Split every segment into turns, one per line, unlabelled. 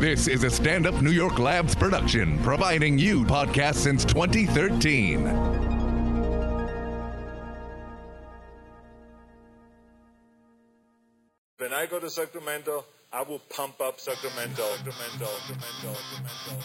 This is a stand up New York Labs production, providing you podcasts since 2013.
When I go to Sacramento, I will pump up Sacramento. Sacramento, Sacramento, Sacramento.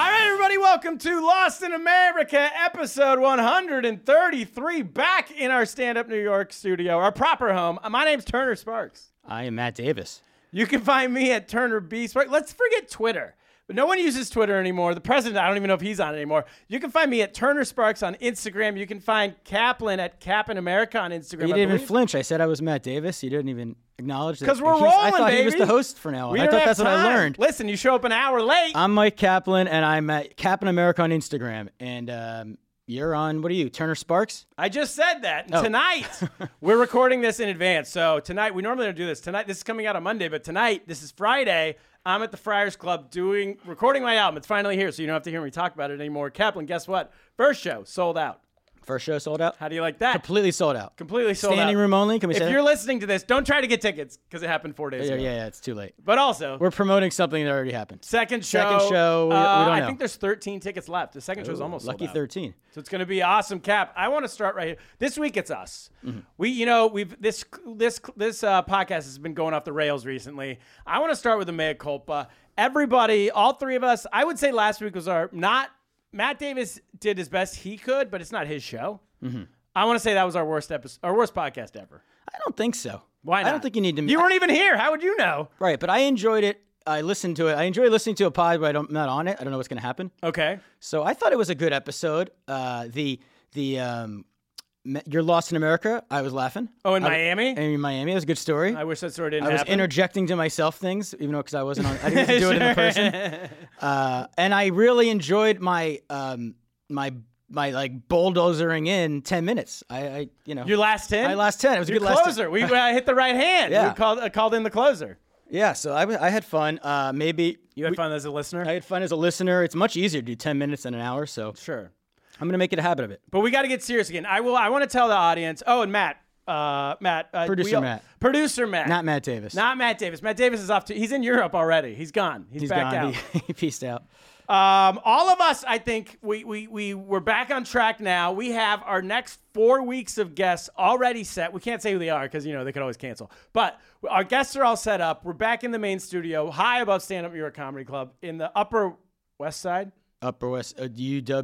All right, everybody, welcome to Lost in America, episode 133, back in our stand up New York studio, our proper home. My name's Turner Sparks.
I am Matt Davis.
You can find me at Turner B Sparks. Let's forget Twitter. But no one uses Twitter anymore. The president, I don't even know if he's on it anymore. You can find me at Turner Sparks on Instagram. You can find Kaplan at Cap in America on Instagram. I
You didn't even
believe.
flinch. I said I was Matt Davis. You didn't even acknowledge that.
'Cause we're
He was- I
rolling,
thought he was
baby.
the host for now. on.
We
I
don't
thought
have
that's what I
time.
learned.
Listen, you show up an hour late.
I'm Mike Kaplan, and I'm at Captain America on Instagram. And um, you're on, what are you, Turner Sparks?
I just said that.
Oh.
And Tonight, we're recording this in advance. So tonight, we normally don't do this. Tonight, this is coming out on Monday, but tonight, this is Friday. I'm at the Friars Club doing recording my album. It's finally here, so you don't have to hear me talk about it anymore. Kaplan, guess what? First show sold out.
First show sold out?
How do you like that?
Completely sold out.
Completely sold out.
Standing room only? Can we
if
say that?
you're listening to this, don't try to get tickets because it happened four days
yeah,
ago.
yeah, yeah, it's too late.
But also,
We're promoting something that already happened.
second show.
second show, we- we
uh,
don't
I
know.
think there's 13 tickets left. The second show's almost
Lucky
sold out.
13.
So it's going to be awesome, Cap. I want to start right here. This week it's us.
Mm-hmm.
We, you know, we've this this this uh, podcast has been going off the rails recently. I want to start with the mea culpa. Everybody, all three of us. I would say last week was our not. Matt Davis did his best he could, but it's not his show.
Mm-hmm.
I want to say that was our worst episode, our worst podcast ever.
I don't think so.
Why? Not?
I don't think you need to.
You weren't even here. How would you know?
Right, but I enjoyed it. I listened to it. I enjoy listening to a pod where I don't, am not on it. I don't know what's going to happen.
Okay.
So I thought it was a good episode. Uh, the the um, me- you're lost in America. I was laughing.
Oh, in
I-
Miami?
In Miami, it was a good story.
I wish that story didn't
I was
happen.
interjecting to myself things, even though because I wasn't on, I didn't get to do it in person. Uh, and I really enjoyed my um, my my like bulldozering in ten minutes. I, I you know
Your last ten.
My last 10. It was a
Your
good last 10.
closer. We uh, hit the right hand.
Yeah.
We called uh, called in the closer.
yeah. So I, w- I had fun. Uh, maybe
You had fun as a listener.
I had fun as a listener. It's much easier to do ten minutes than an hour. So
Sure.
I'm gonna make it a habit of it.
But we got to get serious again. I will. I want to tell the audience. Oh, and Matt, uh, Matt, uh,
Producer
we all-
Matt.
producer Matt,
Not Matt Davis.
not Matt Davis. Matt Davis is off to. He's in Europe already. He's gone. He's,
He's
back
gone.
out.
He, he peaced out.
Um, all of us, I think, we we we we're back on track now. We have our next four weeks of guests already set. We can't say who they are because you know they could always cancel. But our guests are all set up. We're back in the main studio, high above Stand Up New York Comedy Club in the Upper West Side,
Upper West uh,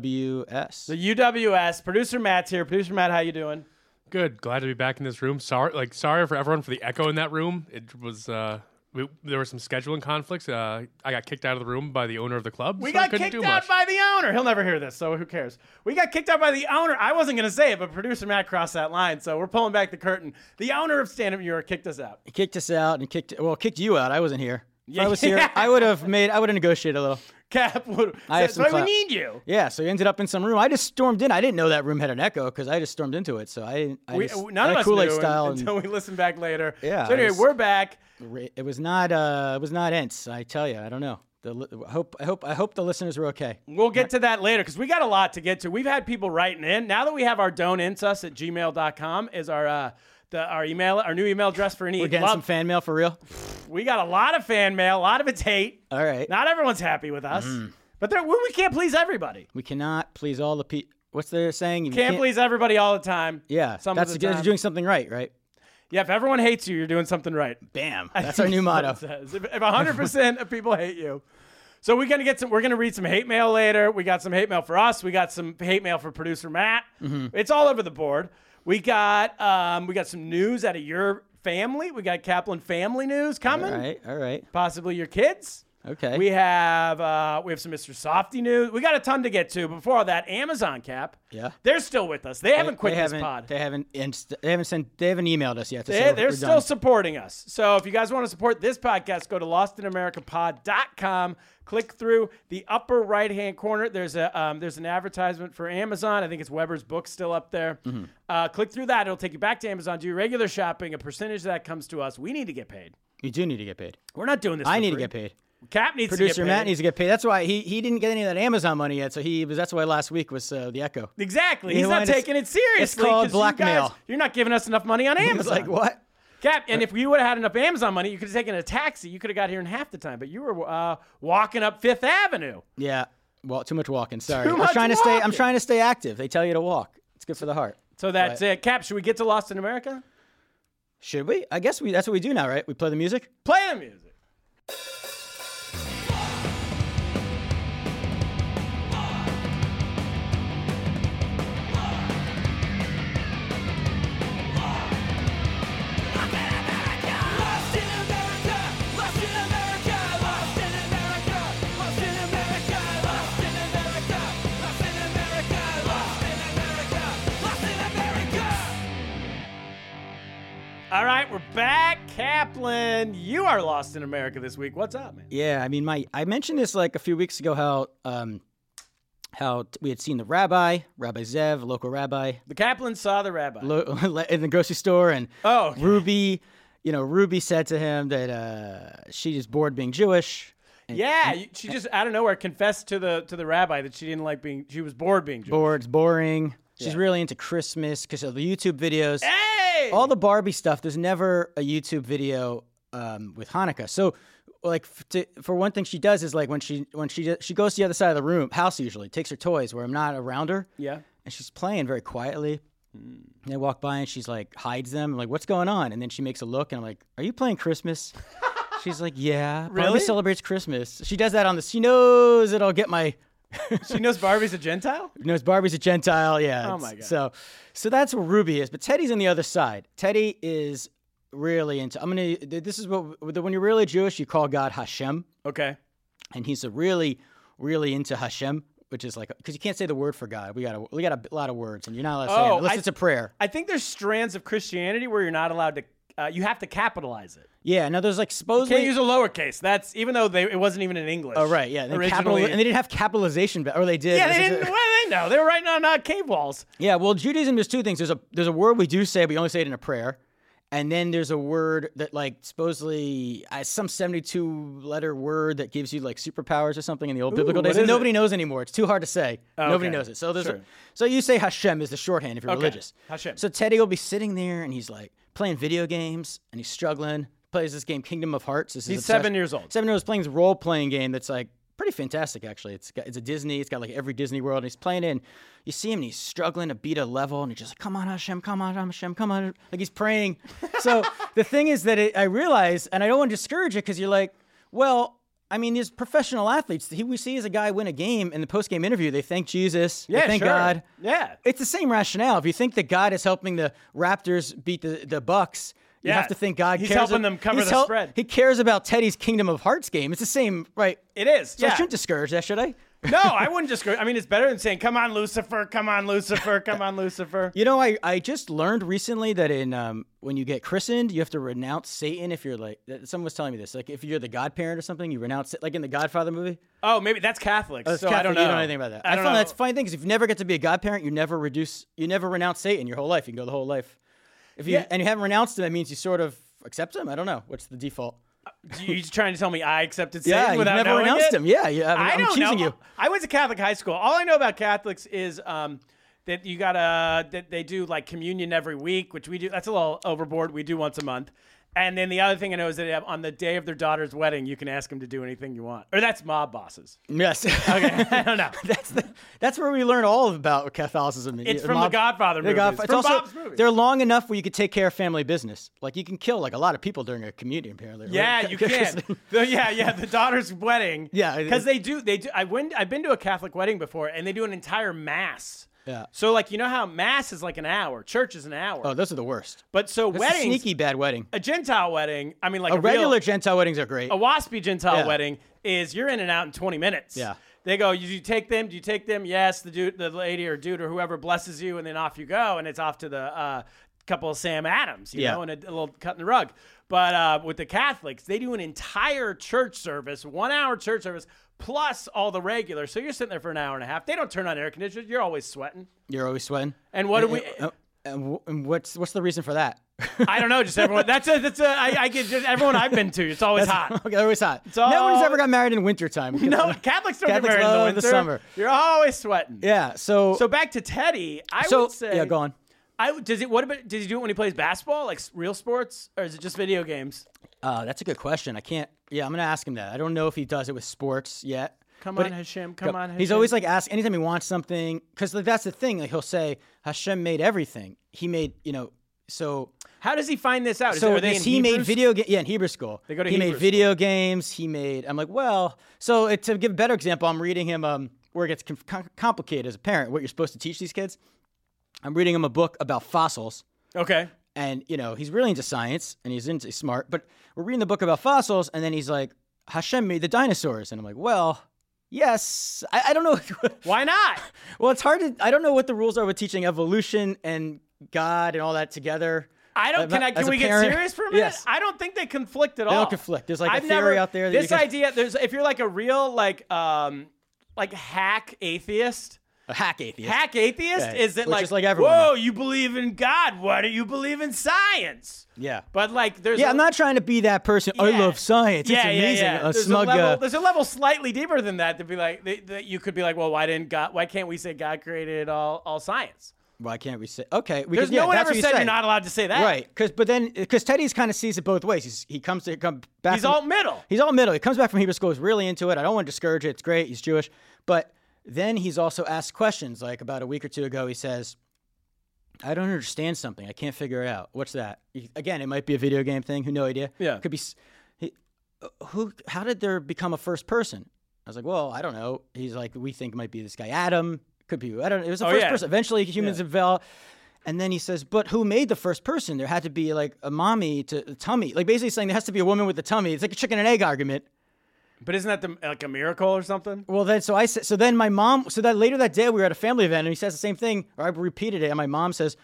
UWS.
the UWS. Producer Matt's here. Producer Matt, how you doing?
Good. Glad to be back in this room. Sorry, like sorry for everyone for the echo in that room. It was uh, we, there were some scheduling conflicts. Uh, I got kicked out of the room by the owner of the club.
We
so I
got
couldn't
kicked
do
out
much.
by the owner. He'll never hear this, so who cares? We got kicked out by the owner. I wasn't going to say it, but producer Matt crossed that line, so we're pulling back the curtain. The owner of Stand Up New York kicked us out.
He kicked us out and kicked well kicked you out. I wasn't here. If I was here, I would have made I would have negotiated a little.
Cap, would,
I have
that's
some
why
clout.
we need you.
Yeah, so you ended up in some room. I just stormed in. I didn't know that room had an echo because I just stormed into it. So I didn't. I
We,
just,
none of
that
us
Kool-Aid
knew
style. and
until we listen back later.
Yeah,
So anyway,
it was-
we're back.
ra- it was not. Uh, it was not Ents. I tell you, I don't know. The li- I hope I hope I hope the listeners were okay.
We'll get to that later because we got a lot to get to. We've had people writing in. Now that we have our don'tsus at gmail.com is our uh, the, our email our new email address for any
We're getting some
love.
fan mail for real.
we got a lot of fan mail. A lot of it's hate.
All right.
Not everyone's happy with us,
Mm-hmm.
but there, we can't please everybody.
We cannot please all the people. What's they saying? You
Can't, please everybody all the time.
Yeah,
some
that's
of the
good.
time.
You're doing something right, right?
yeah, if everyone hates you, you're doing something right.
Bam.
I
That's
think
our new
what
motto.
it says. If, if 100% of people hate you. So we're gonna get some. We're gonna read some hate mail later. We got some hate mail for us. We got some hate mail for producer Matt.
Mm-hmm.
It's all over the board. We got um, we got some news out of your family. We got Kaplan family news
All
coming.
right. All right.
Possibly your kids.
Okay.
We have uh, we have some Mr. Softy news. We got a ton to get to. Before all that, Amazon Cap.
Yeah.
they're still with us. They, haven't quit
they
this
haven't,
pod.
They haven't. Inst- they haven't sent. They haven't emailed us yet. to say
They,
we're-
they're
we're
still
done.
supporting us. So if you guys want to support this podcast, go to lostinamericapod.com. Click through the upper right hand corner. There's a um, there's an advertisement for Amazon. I think it's Weber's book still up there.
Mm-hmm.
Uh, click through that. It'll take you back to Amazon. Do your regular shopping. A percentage of that comes to us. We need to get paid.
You do need to get paid.
We're not doing this.
I
for
need
free.
to get paid.
Cap needs to
Producer
get paid.
Matt needs to get paid. That's why he, he didn't get any of that Amazon money yet. So he was. That's why last week was uh, the Echo.
Exactly.
You
He's
know
not
what? It's-
taking it seriously.
it's called
'cause You
blackmail.
guys, you're not giving us enough money on Amazon.
He was like, what?
Cap, and if you would have had enough Amazon money, you could have taken a taxi. You could have got here in half the time, but you were uh, walking up Fifth Avenue.
Yeah. Well, too much walking. Sorry. I'm
much
trying to stay. I'm
walking.
trying to stay active. They tell you to walk. It's good for the heart.
So that's it. Cap, should we get to Lost in America?
Should we? I guess we. That's what we do now, right? We play the music.
Play the music. All right, we're back. Kaplan, you are Lost in America this week. What's up, man?
Yeah, I mean, my I mentioned this like a few weeks ago how um how t- we had seen the rabbi, Rabbi Zev, local rabbi,
The Kaplan saw the rabbi.
lo- in the grocery store, and
Oh, okay.
Ruby, you know, Ruby said to him that uh, she is bored being Jewish,
yeah, you- she just out of nowhere confessed to the to the rabbi that she didn't like being. She was bored being Jewish.
bored, it's boring. She's really into Christmas because of the YouTube videos.
Hey,
all the Barbie stuff. There's never a YouTube video um, with Hanukkah. So, like f- to, for one thing, she does is like when she when she d- she goes to the other side of the room house usually takes her toys where I'm not around her.
Yeah.
and she's playing very quietly. And I walk by and she's like hides them. I'm like, what's going on? And then she makes a look and I'm like, are you playing Christmas? she's like, yeah.
Really?
Barbie celebrates Christmas. She does that on the. She knows that I'll get my
she knows Barbie's a Gentile.
you know, Barbie's a Gentile. Yeah.
Oh
it's-
my God.
So, so that's where Ruby is, but Teddy's on the other side. Teddy is really into. I'm gonna. th- This is what when you're really Jewish, you call God Hashem,
Okay.
and he's a really, really into Hashem, which is like because you can't say the word for God. We got a, we got a lot of words, and you're not allowed to say
Oh,
it unless
I-
it's a prayer.
I think there's strands of Christianity where you're not allowed to. Uh, you have to capitalize it.
Yeah. Now there's like supposedly.
Can't use a lowercase. That's even though they, it wasn't even in English.
oh right. Yeah. And,
originally.
capital, and they didn't have capitalization, ba- or they did.
yeah, they
This is
didn't.
a-
What do they know? They were writing on uh, cave walls.
Yeah, well, Judaism there's two things. There's a there's a word we do say, but you only say it in a prayer, and then there's a word that like supposedly uh, some 72 letter word that gives you like superpowers or something in the old biblical
what
days. And
is
nobody
it? Oh,
knows anymore. It's too hard to say. Nobody
okay.
knows it. So there's a,
Sure.
so you say Hashem is the shorthand if you're
Okay.
religious.
Hashem.
So Teddy will be sitting there and he's like playing video games and he's struggling. Plays this game Kingdom of Hearts. This is
He's
obsessed-
seven years old.
Seven years old, playing this role playing game that's like pretty fantastic actually. It's got, it's a Disney. It's got like every Disney World, and he's playing it. And you see him, and he's struggling to beat a level, and he's just like, "Come on, Hashem, come on, Hashem, come on!" Like he's praying. So the thing is that it, I realize, and I don't want to discourage it because you're like, well. I mean, these professional athletes. He, we see as a guy win a game in the post-game interview. They thank Jesus. they
Yeah,
thank
sure.
God.
Yeah.
it's the same rationale. If you think that God is helping the Raptors beat the the Bucks, you
Yeah.
have to think God
He's
cares
helping them cover
he's
the spread.
He cares about Teddy's Kingdom of Hearts game. It's the same, right?
It is.
So
yeah.
I shouldn't discourage that, should I?
no, I wouldn't just. I mean, it's better than saying, "Come on, Lucifer! Come on, Lucifer! Come on, Lucifer!"
You know, I, I just learned recently that in um, when you get christened, you have to renounce Satan if you're like that- someone was telling me this. Like if you're the godparent or something, you renounce it, like in the Godfather movie.
Oh, maybe that's Catholic.
That's
so I don't
Catholic,
know.
You don't know anything about that.
I,
I,
don't
found
know.
that's a funny thing because if you never get to be a godparent, you never reduce, you never renounce Satan your whole life. You can go the whole life. If you
Yeah.
and you haven't renounced him, that means you sort of accept him. I don't know what's the default.
You just trying to tell me I accepted sin
Yeah, you
without
never
knowing
announced
it?
him. Yeah, yeah, I'm-
I
I'm
don't
accusing
know.
you.
I went to Catholic high school. All I know about Catholics is um, that you gotta that they do like communion every week, which we do. That's a little overboard. We do once a month. And then the other thing I know is that on the day of their daughter's wedding, you can ask them to do anything you want. Or that's mob bosses.
Yes. Okay. I don't know. that's the, that's where we learn all about Catholicism.
It's from the Godfather movies.
It's
From
also
Bob's movies.
they're long enough where you could take care of family business. Like you can kill like a lot of people during a communion apparently. right?
Yeah, you can. The- yeah, yeah, the daughter's wedding.
Yeah, it-
because they do. They do. I went. I've been to a Catholic wedding before, and they do an entire mass.
Yeah.
So like you know how mass is like an hour, church is an hour.
Oh, those are the worst.
but so
That's a
weddings,
sneaky bad wedding.
a Gentile wedding. I mean, like a,
A regular
real,
Gentile weddings are great.
a waspy Gentile
Yeah.
wedding is you're in and out in 20 minutes.
Yeah.
They go, you, you take them? Do you take them? Yes, the dude, the lady or dude or whoever blesses you, and then off you go, and it's off to the uh, couple of Sam Adams, you
Yeah.
know, and a, a little cut in the rug. But uh, with the Catholics, they do an entire church service, one hour church service, plus all the regular. So you're sitting there for an hour and a half. They don't turn on air conditioners. You're always sweating.
You're always sweating.
And what do we?
Uh, and w- and what's what's the reason for that?
I don't know. Just everyone. That's a. That's a. I, I get just everyone I've been to. It's always hot.
okay, always hot.
all-
No one's ever got married in wintertime.
No, Catholics don't
Catholics
get married
love
in the winter.
the summer.
You're always sweating.
Yeah. So
So back to Teddy, I
so
would say.
yeah, go on.
I would- does it. What about? Does he do it when he plays basketball, like s- real sports, or is it just video games?
Uh, that's a good question. I can't. Yeah, I'm gonna ask him that. I don't know if he does it with sports yet.
Come
But
on,
it-
Hashem. Come on. Hashem.
He's always like ask anytime he wants something because like, that's the thing. Like he'll say, Hashem made everything. He made you know. So
How does he find this out? Is
so
it, are they
it's-
in
he made
Hebrews?
video ga- yeah in Hebrew school.
They go to
he
Hebrew
made video games. He made. I'm like, well, so it, to give a better example, I'm reading him um, where it gets com- com- complicated as a parent. What you're supposed to teach these kids. I'm reading him a book about fossils
Okay.
and you know he's really into science and he's into he's smart but we're reading the book about fossils and then he's like hashem made the dinosaurs and i'm like well yes i, I don't know
Why not?
well it's hard to i don't know what the rules are with teaching evolution and god and all that together
I don't.
As
Can
a-
I? Can
as a
we get
parent-
serious for a minute?
Yes.
I don't think they conflict at all.
don't conflict. There's, like, a
I've
theory
never-
out there that you
this
can-
idea. There's if you're like a real like um like hack atheist.
a hack atheist
Hack atheist
Yeah,
is that
which
like,
is like everyone
whoa,
now.
you believe in God? Why do you believe in science?
yeah
But like, there's
yeah
a-
i'm not trying to be that person i
Yeah.
love science
Yeah,
it's
yeah,
amazing
yeah.
a
there's
smug
a level,
uh,
there's a level slightly deeper than that to be like that- that you could be like, well, why didn't God? Why can't we say God created all all science?
why can't we say okay we
There's
could- yeah,
no one
that's
ever
what you
said
say.
you're not allowed to say that.
right because but then because teddy's kind of sees it both ways he's, he comes to come back
He's
from-
all middle.
He's all middle. He comes back from Hebrew school. He's really into it. I don't want to discourage it. It's great. He's Jewish. But then he's also asked questions. Like about a week or two ago, he says, I don't understand something. I can't figure it out. What's that? He- Again, it might be a video game thing. Who no idea?
Yeah.
Could be. s- He, uh, who? How did there become a first person? I was like, well, I don't know. He's like, we think it might be this guy Adam. Could be. I don't. know. It was a
Oh,
first
yeah.
person. Eventually, humans evolved. And then he says, but who made the first person? There had to be like a mommy to a tummy. Like basically saying there has to be a woman with a tummy. It's like a chicken and egg argument.
But isn't that the, like a miracle or something?
Well, then, so I said, so then my mom, so that later that day we were at a family event and he says the same thing, or I repeated it, and my mom says,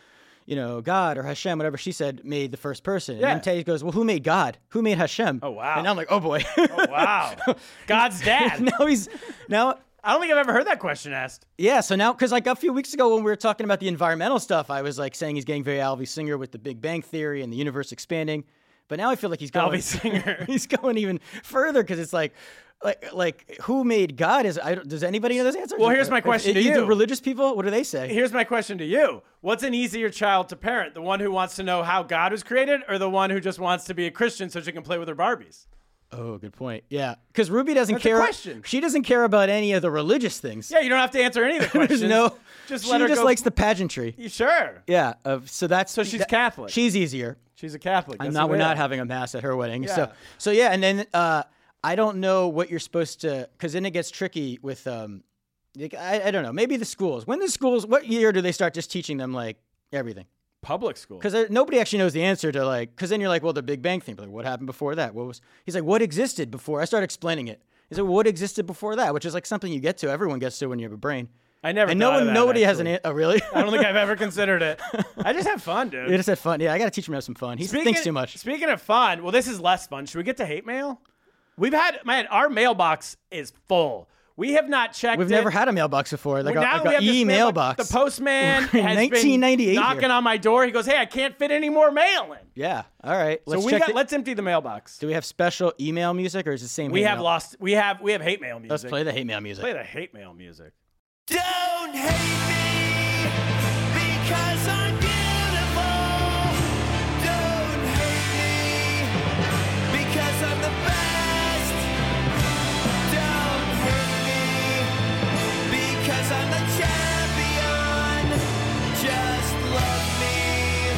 you know, God or Hashem, whatever she said, made the first person. And
Yeah.
then Teddy goes, well, who made God? Who made Hashem? Oh,
wow.
And I'm like, oh boy.
Wow, God's dad.
now he's, now,
I don't think I've ever heard that question asked.
yeah, so now, because like a few weeks ago when we were talking about the environmental stuff, I was like saying he's getting very Alvy Singer with the Big Bang Theory and the universe expanding. But now I feel like he's going,
Alvy Singer.
he's going even further because it's like, like, like, who made God? Is I don't, does anybody know this answer?
Well, here's my
If-
question to
if
you.
The religious people, what do they say?
Here's my question to you: What's an easier child to parent, the one who wants to know how God was created, or the one who just wants to be a Christian so she can play with her Barbies?
Oh, good point. Yeah, because Ruby doesn't
a
care.
question.
She doesn't care about any of the religious things.
Yeah, you don't have to answer any of the questions.
There's no.
just
she
let her
just
go-
likes the pageantry.
You sure?
Yeah. Of so that's so
she's Catholic.
She's easier.
She's a Catholic.
I'm
That's
not.
the
We're
way it-
not having a mass at her wedding. So
Yeah.
so yeah, and then uh, I don't know what you're supposed to, because then it gets tricky with um, like, I, I don't know. Maybe the schools. When the schools? What year do they start just teaching them like everything?
public school.
Because nobody actually knows the answer to like. Because then you're like, well, the Big Bang thing. But like, what happened before that? What was? He's like, what existed before? I start explaining it. He's like, what existed before that? Which is like something you get to. Everyone gets to when you have a brain.
I never.
and no
thought of
one,
that,
nobody has an.
actually.
an- Oh, really?
I don't think I've ever considered it. I just have fun, dude.
You just had fun. Yeah, I gotta teach him to have some fun. He thinks too much.
Speaking of fun, well, this is less fun. Should we get to hate mail? We've had man, our mailbox is full. We have not checked.
We've
it.
never had a mailbox before, like
Well,
a,
now
like
we
a
have this
e
mailbox.
mailbox.
The postman
We're in
has
1998
been
here.
knocking on my door. He goes, "Hey, I can't fit any more mail in."
Yeah. All right. Let's
so we
check
got.
it.
Let's empty the mailbox.
Do we have special email music or is it the same?
we
hate
have
mail?
lost. We have. We have hate mail music.
Let's play the hate mail music.
Play the hate mail music.
Don't hate me because I'm beautiful. Don't hate me because I'm the best. Don't hate me because I'm the champion. Just love me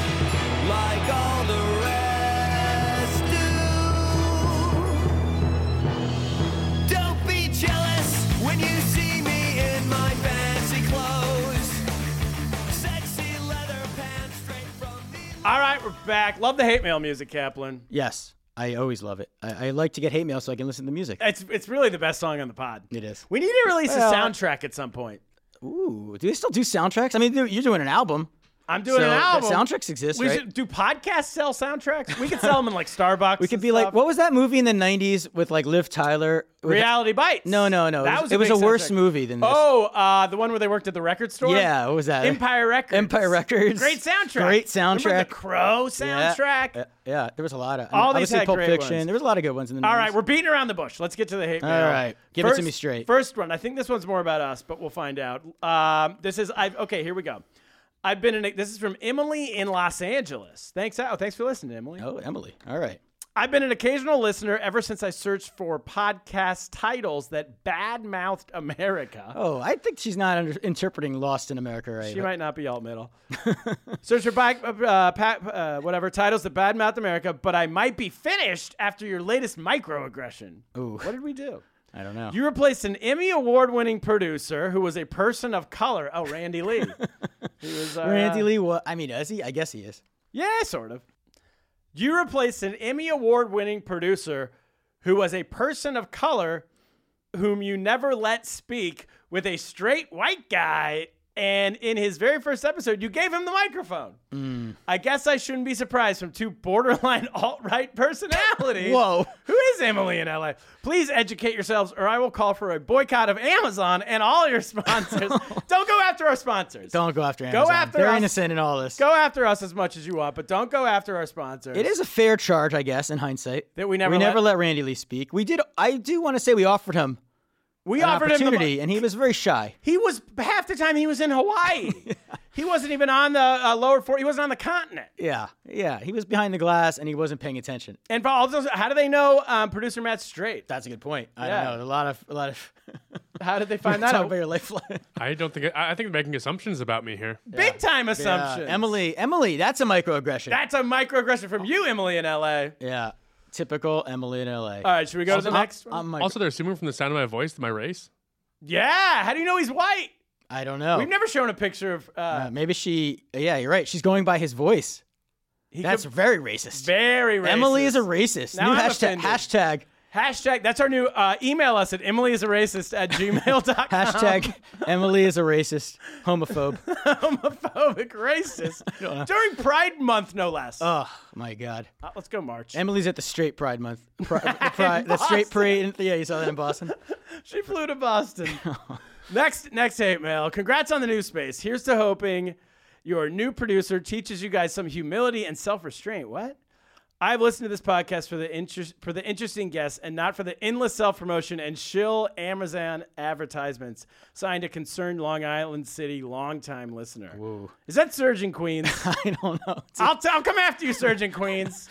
like all the rest do. Don't be jealous when you see me in my fancy clothes. Sexy leather pants straight from the.
All right, we're back. Love the hate mail music, Kaplan.
Yes. I always love it. I, I like to get hate mail so I can listen to the music.
It's it's really the best song on the pod.
It is.
We need to release a
Well-
soundtrack at some point.
Ooh, do they still do soundtracks? I mean, dude, you're doing an album.
I'm doing
So
an
that
album.
soundtracks exist,
We
right?
should do podcasts sell soundtracks. We could sell them in like Starbucks.
We could
and
be like,
stuff.
what was that movie in the '90s with like Liv Tyler? With-
Reality bites.
No, no, no.
That
It was- it was
big
a worse
soundtrack.
movie than this.
Oh, uh, the one where they worked at the record store.
Yeah, what was that?
Empire Records.
Empire Records.
Great soundtrack.
Great
Remember
soundtrack.
the Crow
Yeah.
soundtrack.
Yeah, yeah, there was a lot of. I
All
mean,
these
obviously
had
Pulp
great
Fiction.
ones.
There was a lot of good ones in the.
All
90s.
right, we're beating around the bush. Let's get to the hate mail.
All right, give it to me straight.
First one. I think this one's more about us, but we'll find out. Um, this is I've okay. Here we go. I've been in. A, this is from Emily in Los Angeles. Thanks. Oh, thanks for listening, Emily.
Oh, Emily. All right.
I've been an occasional listener ever since I searched for podcast titles that badmouthed America.
Oh, I think she's not under- interpreting Lost in America right.
She might not be alt middle. Search for back, uh, pat, uh, whatever titles that badmouth America, but I might be finished after your latest microaggression. Ooh. What did we do?
I don't know.
You replaced an Emmy award-winning producer who was a person of color. Oh, Randy Lee. he was our,
Randy
uh,
Lee. What? I mean, is he? I guess he is.
Yeah, sort of. You replaced an Emmy award-winning producer who was a person of color whom you never let speak with a straight white guy. And in his very first episode, you gave him the microphone.
Mm.
I guess I shouldn't be surprised from two borderline alt right personalities.
Whoa.
Who is Emily in LA? Please educate yourselves, or I will call for a boycott of Amazon and all your sponsors. Don't go after our sponsors.
Don't go after Amazon.
after
They're
us.
innocent in all this.
Go after us as much as you want, but don't go after our sponsors.
It is a fair charge, I guess, in hindsight.
That we never
we
let-
never let Randy Lee speak. We did. I do want to say we offered him
We
an
offered him the
opportunity,
mi-
and he was very shy.
He was half the time he was in Hawaii. He wasn't even on the uh, lower four. He wasn't on the continent.
Yeah, yeah. He was behind the glass, and he wasn't paying attention.
And for all those, how do they know um, producer Matt's straight?
That's a good point. I
Yeah.
don't know. A lot of a lot of.
How did they find that
Talk
out?
about your lifeline.
I don't think I, I think they're making assumptions about me here.
Big time assumption.
Yeah, Emily, Emily, that's a microaggression.
That's a microaggression from you, Emily, in LA.
yeah, typical Emily in LA.
All right, should we go to the next one?
I'm micro-
Also, they're assuming from the sound of my voice that my race.
yeah. How do you know he's white?
I don't know.
We've never shown a picture of. Uh,
Uh, maybe she. Yeah, you're right. She's going by his voice.
he
That's
could-
very racist.
very racist.
Emily is a racist.
Now
New
I'm
hashtag.
offended.
Hashtag.
Hashtag, that's our new uh, email us at emilyisaracist at gmail.com.
Hashtag Emily is a racist, homophobe.
homophobic racist during Pride Month, no less.
oh my God.
Uh, let's go March.
Emily's at the straight Pride Month. Pri- the, pri- the straight
Boston.
parade. Yeah, you saw that in Boston.
she flew to Boston. next, next hate mail. Congrats on the new space. Here's to hoping your new producer teaches you guys some humility and self restraint. What? I've listened to this podcast for the interest for the interesting guests and not for the endless self promotion and shill Amazon advertisements. Signed a concerned Long Island City longtime listener. Is that Surgeon Queens?
I don't know. It's-
I'll, t- I'll come after you, Surgeon Queens.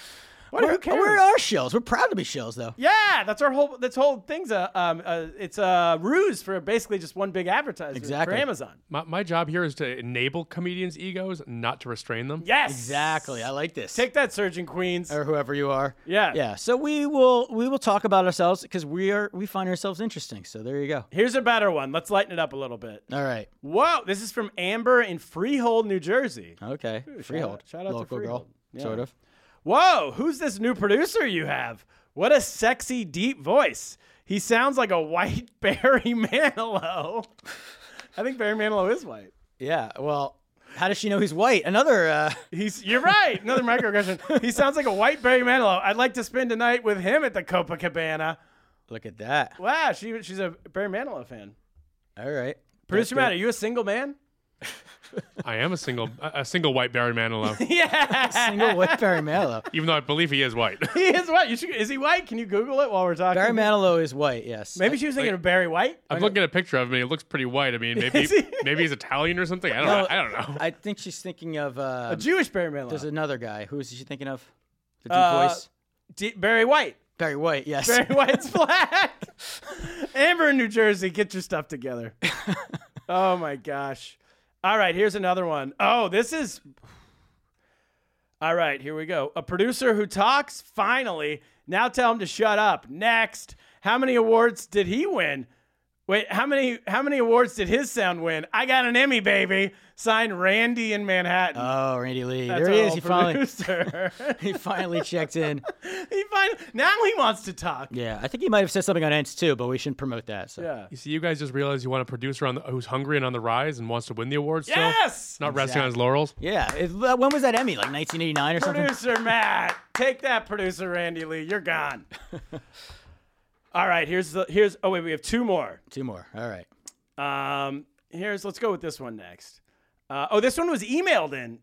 What, who cares?
We're our shills. We're proud to be shills, though.
Yeah, that's our whole. That's whole thing's a um a, it's a ruse for basically just one big advertisement
Exactly.
for Amazon.
My, my job here is to enable comedians' egos, not to restrain them.
Yes,
Exactly. I like Er this.
Take that, Surgeon Queens.
or whoever you are.
Yeah.
Yeah. So we will we will talk about ourselves because we are we find ourselves interesting. So there you go.
Here's a better one. Let's lighten it up a little bit.
All right.
Whoa, this is from Amber in Freehold, New Jersey.
Okay. Freehold.
shout out to
Local girl.
Freehold. Yeah.
Sort of.
Whoa, who's this new producer you have? What a sexy, deep voice. He sounds like a white Barry Manilow. I think Barry Manilow is white.
Yeah. Well, how does she know he's white? Another. Uh,
He's you're right. Another microaggression. He sounds like a white Barry Manilow. I'd like to spend a night with him at the Copacabana.
Look at that.
Wow, she she's a Barry Manilow fan.
All right.
Producer Matt, are you a single man?
I am a single, a a single white Barry Manilow,
Yeah,
Single with Barry Manilow.
even though I believe he is white.
he is white. You should, is he white? Can you Google it while we're talking?
Barry Manilow is white, yes.
Maybe she was thinking of Barry White.
I'm looking at a picture of him. and He looks pretty white. I mean, maybe
Is he?
maybe he's Italian or something. I don't.
No,
I don't know.
I think she's thinking of uh
a Jewish Barry Manilow.
there's another guy. Who is she thinking of? The deep
Uh,
voice.
D- Barry White.
Barry White, yes.
Barry White's black. Amber in New Jersey, get your stuff together. oh my gosh. All right, here's another one. Oh, this is. All right, here we go. A producer who talks, finally. Now tell him to shut up. Next. How many awards did he win? Wait, how many how many awards did his sound win? I got an Emmy, baby. Signed Randy in Manhattan.
Oh, Randy Lee.
That's
there he
our
is. He
old
finally
producer.
he finally checked in.
he finally now he wants to talk.
Yeah, I think he might have said something on Ents too, but we shouldn't promote that. So.
Yeah.
You see, you guys just realize you want a producer on the, who's hungry and on the rise and wants to win the awards. still?
Yes!
not resting on his laurels.
Yeah, it- when was that Emmy? Like 1989 or something?
Producer Matt, take that, producer Randy Lee. You're gone. All right, here's the here's. Oh wait, we have two more.
Two more. All right.
Um, here's let's go with this one next. Uh, oh, this one was emailed in.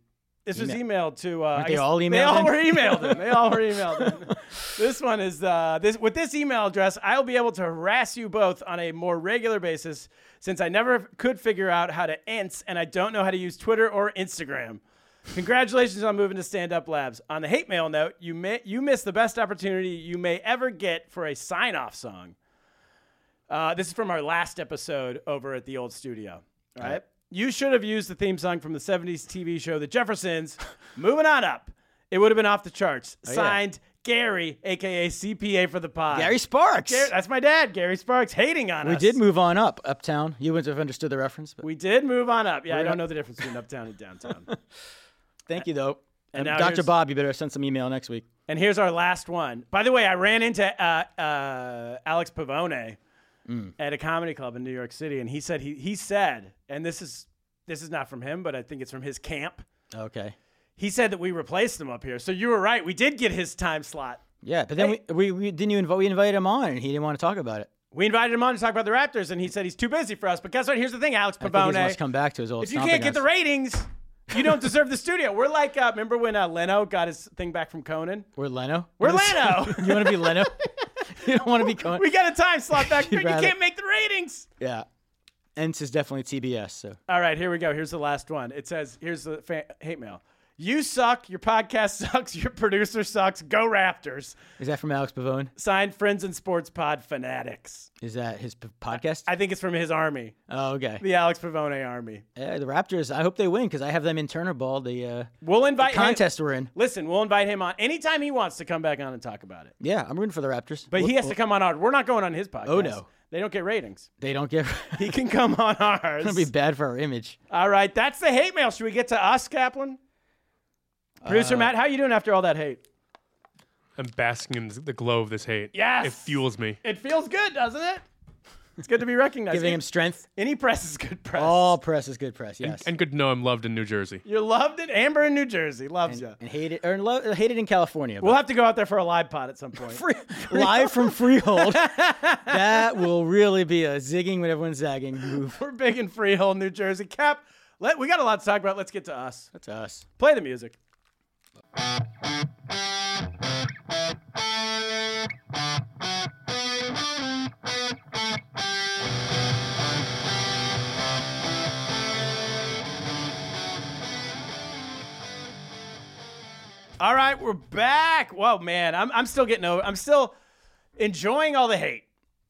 This was emailed to. Uh, I
they
guess-
all
They
emailed
all
in?
were emailed in. They all were emailed in. This one is uh, this with this email address. I'll be able to harass you both on a more regular basis since I never could figure out how to ants and I don't know how to use Twitter or Instagram. Congratulations on moving to Stand Up Labs. On the hate mail note, you may you missed the best opportunity you may ever get for a sign off song. Uh, this is from our last episode over at the old studio. All right. You should have used the theme song from the 70s TV show The Jeffersons. Moving on up. It would have been off the charts.
Oh,
Signed Gary, aka CPA for the pod.
Gary Sparks.
Gar- that's my dad, Gary uh, Sparks, hating on
we
us.
did move on up, uptown. You wouldn't have understood the reference, but
We did move on up. Yeah, I
We're
don't
not-
know the difference between uptown and downtown.
thank you, though. And
now
Dr.
here's-
Bob, you better send some email next week.
and here's our last one. By the way, I ran into uh, uh, Alex Pavone
Mm.
at a comedy club in New York City, and he said he he said, and this is this is not from him, but I think it's from his camp.
Okay.
He said that we replaced him up here. So you were right. We did get his time slot.
Yeah, but then
Hey.
we, we, we didn't you invite we invited him on and he didn't want to talk about it.
We invited him on to talk about the Raptors, and he said he's too busy for us. But guess what? Here's the thing, Alex
I think he just wants
Pavone.
to come back to his old.
If you can't
stomping
get the
grounds.
ratings, you don't deserve the studio. We're like, uh, remember when uh, Leno got his thing back from Conan?
we're Leno.
We're
You wanna-
Leno.
you want to be Leno? you don't want to be Cohen.
We got a time slot back,
You'd
but you
rather-
can't make the ratings.
yeah. Ents is definitely TBS. So
All right, here we go. Here's the last one. It says, here's the fa- hate mail. You suck. Your podcast sucks. Your producer sucks. Go Raptors.
is that from Alex Pavone?
Signed Friends and Sports Pod Fanatics.
Is that his p- podcast?
I think it's from his army,
oh, okay.
the Alex Pavone army.
Yeah, the Raptors. I hope they win because I have them in Turner Ball. The uh,
We'll invite him-
contest we're in.
Listen, we'll invite him on anytime he wants to come back on and talk about it.
Yeah, I'm rooting for the Raptors.
But he
We'll-
has to come on ours. We're not going on his podcast.
Oh, no.
They don't get ratings.
They don't give.
He can come on
It's gonna
ours.
be bad for our image.
all right, that's the hate mail. Should we get to us, Kaplan? Producer
Uh,
Matt, how you doing after all that hate?
I'm basking in the glow of this hate.
Yes!
it fuels me.
It feels good, doesn't it? It's good to be recognized.
Giving him strength.
Any press is good press.
All press is good press. Yes.
And good to know I'm loved in New Jersey.
You're loved in Amber in New Jersey. Loves you.
and hate it or lo- hate it in California.
We'll have to go out there for a live pod at some point.
but live from Freehold. that will really be a zigging when everyone's zagging move.
We're big in Freehold, New Jersey. Cap, let, we got a lot to talk about. Let's get to us.
That's us.
Play the music. All right, we're back. Whoa, man, I'm, I'm still getting over. I'm still enjoying all the hate.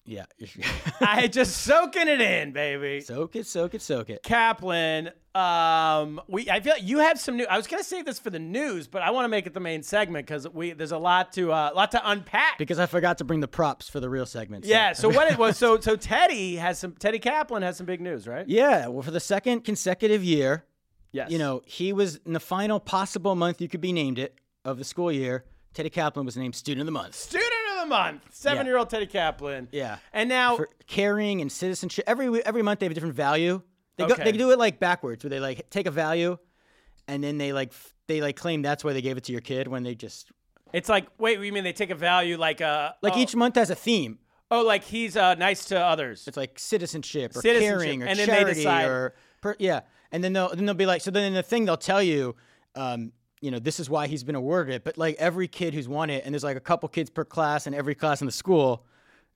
Yeah.
I just soaking it in, baby.
soak it, soak it, soak it.
Kaplan, um, we I feel like you have some new. I was gonna save this for the news, but I want to make it the main segment because we there's a lot to uh, lot to unpack.
Because I forgot to bring the props for the real segment. so-
yeah. So what it was? So so Teddy has some. Teddy Kaplan has some big news, right?
Yeah. Well, for the second consecutive year,
Yes.
you know, he was in the final possible month you could be named it of the school year. Teddy Kaplan was named Student of the Month.
student of the month, seven year old Teddy Kaplan.
Yeah.
And now
for caring and citizenship. Every we- every month they have a different value. They go,
Okay.
they do it like backwards, where they like take a value, and then they like f- they like claim that's why they gave it to your kid when they just
it's like, wait, you mean they take a value like uh
like
oh,
each month has a theme.
Oh, like he's uh, nice to others.
It's like citizenship or
Citizenship,
caring or
and then they
charity
decide.
or per, yeah, and then they'll then they'll be like so. Then the thing they'll tell you, um, you know, this is why he's been awarded it. But like every kid who's won it, and there's like a couple kids per class in every class in the school,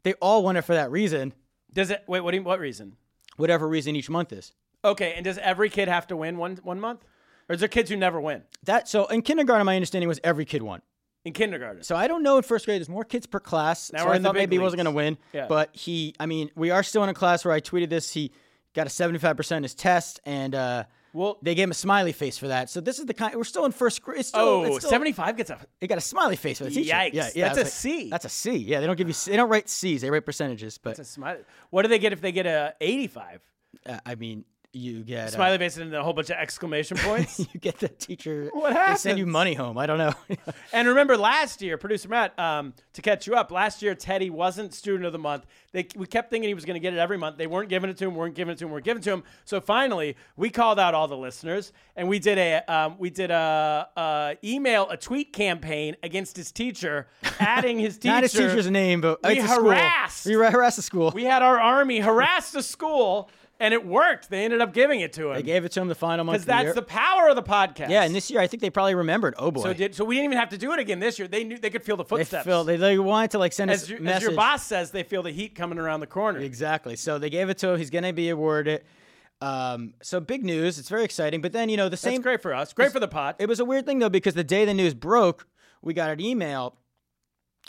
they all won it for that reason,
Does it? Wait, what? Do you, what reason?
whatever reason each month is.
Okay, and does every kid have to win one one month, or is there kids who never win
That so in kindergarten, my understanding was every kid won.
in kindergarten?
So I don't know in first grade. There's more kids per class.
Now
so
we're
I
in the
thought
big
maybe he wasn't
leagues.
going to win.
Yeah.
But he, I mean, we are still in a class where I tweeted this. He got a 75% in his test, and uh,
Well-
they gave him a smiley face for that. So this is the kind. We're still in first grade. It's still,
oh,
it's still,
75 gets a.
It got a smiley face for the teacher.
Yikes.
Yeah, yeah.
That's
I
a
was
C.
That's a C. Yeah, they don't give you. C- They don't write C's. They write percentages. But
It's a smiley. What do they get if they get a 85?
uh, I mean, you get uh,
Smiley face and then a whole bunch of exclamation points.
You get the teacher.
What
They send you
happens?
money home. I don't know.
and remember last year, producer Matt, um, to catch you up, last year Teddy wasn't student of the month. They, we kept thinking he was going to get it every month. They weren't giving it to him. weren't giving it to him. weren't giving it to him. So finally, we called out all the listeners and we did a um, we did a, a email a tweet campaign against his teacher, adding his teacher.
Not his teacher's name, but
we
it's a school.
harassed.
We harassed the school.
we had our army harass the school, and it worked. They ended up giving it to him.
they gave it to him the final month.
Because
of the
that's
year.
the power of the podcast.
Yeah, and this year I think they probably remembered. Oh boy,
so did so we didn't even have to do it again this year. They knew they could feel the
they
footsteps.
felt they, they wanted to like send us
as, your, as
message.
your boss says, they feel the heat coming around the corner.
Exactly. So they gave it to him. He's going to be awarded. Um, so big news. It's very exciting. But then you know the
That's
same.
great for us. Great for the pot.
It was a weird thing though because the day the news broke, we got an email.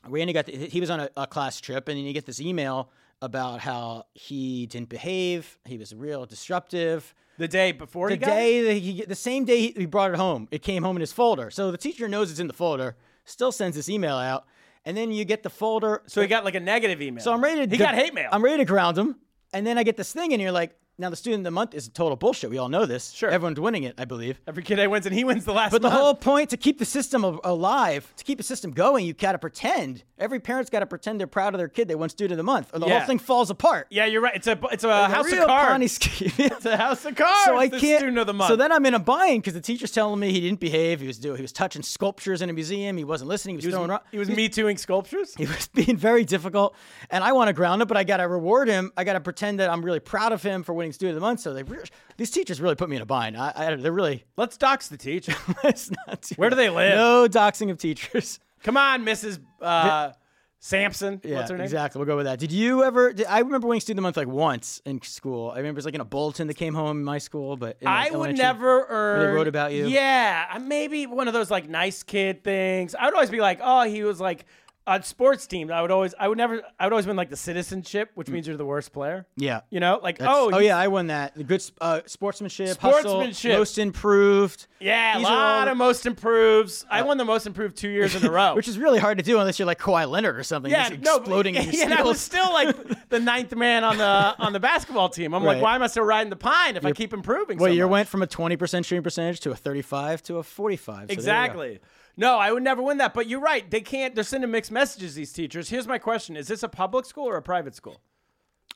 Randy got the, he was on a, a class trip, and then you get this email about how he didn't behave. He was real disruptive.
the day before
the
he got it?
day that he, the same day he brought it home, it came home in his folder. So the teacher knows it's in the folder, still sends this email out, and then you get the folder.
so he got like a negative email.
So I'm ready to.
He got hate mail.
I'm ready to ground him, and then I get this thing, and you're like, now the student of the month is total bullshit. We all know this.
Sure.
everyone's winning it, I believe.
Every kid I wins and he wins the last.
But the
month.
whole point to keep the system al- alive, to keep the system going, you gotta pretend. Every parent's gotta pretend they're proud of their kid. They won student of the month, or the
Yeah.
whole thing falls apart.
yeah, you're right. It's a it's a house
real
of cards.
Pawnee scheme.
It's a house of cards.
so I
the
can't.
Student of the month.
So then I'm in a bind because the teacher's telling me he didn't behave. He was doing. He was touching sculptures in a museum. He wasn't listening. He was,
he
throwing.
was,
ro-
he was me tooing sculptures.
He was being very difficult, and I want to ground him, but I got to reward him. I got to pretend that I'm really proud of him for winning student of the month. So they, re- these teachers really put me in a bind. I, I they're really.
Let's dox the teacher.
It's not too-
Where do they live?
No doxing of teachers.
Come on, Mrs. Uh, Sampson.
Yeah,
What's her name?
exactly. We'll go with that. Did you ever? Did, I remember winning student of the month like once in school. I remember it was like in a bulletin that came home in my school, but in, like,
I would
elementary.
never earn.
they wrote about you?
Yeah, I- maybe one of those like nice kid things. I would always be like, oh, he was like on sports team. I would always, I would never, I would always win like the citizenship, which means you're the worst player.
Mm. Yeah.
You know, like
That's-
oh,
oh
he's-
yeah, I won that. The good s- uh, sportsmanship, hustle,
Sportsmanship.
most improved.
yeah, a
These are
lot
all-
of most improves. I won the most improved two years in a row,
which is really hard to do unless you're like Kawhi Leonard or something.
yeah,
just
no,
exploding. in your
yeah, and I was
skills.
still like the ninth man on the on the basketball team. I'm like,
Right.
why am I still riding the pine if I keep improving?
Well,
so
you
much?
went from a 20% shooting percentage to a 35 to a 45. So there you go.
Exactly. No, I would never win that. But you're right. They can't. They're sending mixed messages. These teachers. Here's my question: Is this a public school or a private school?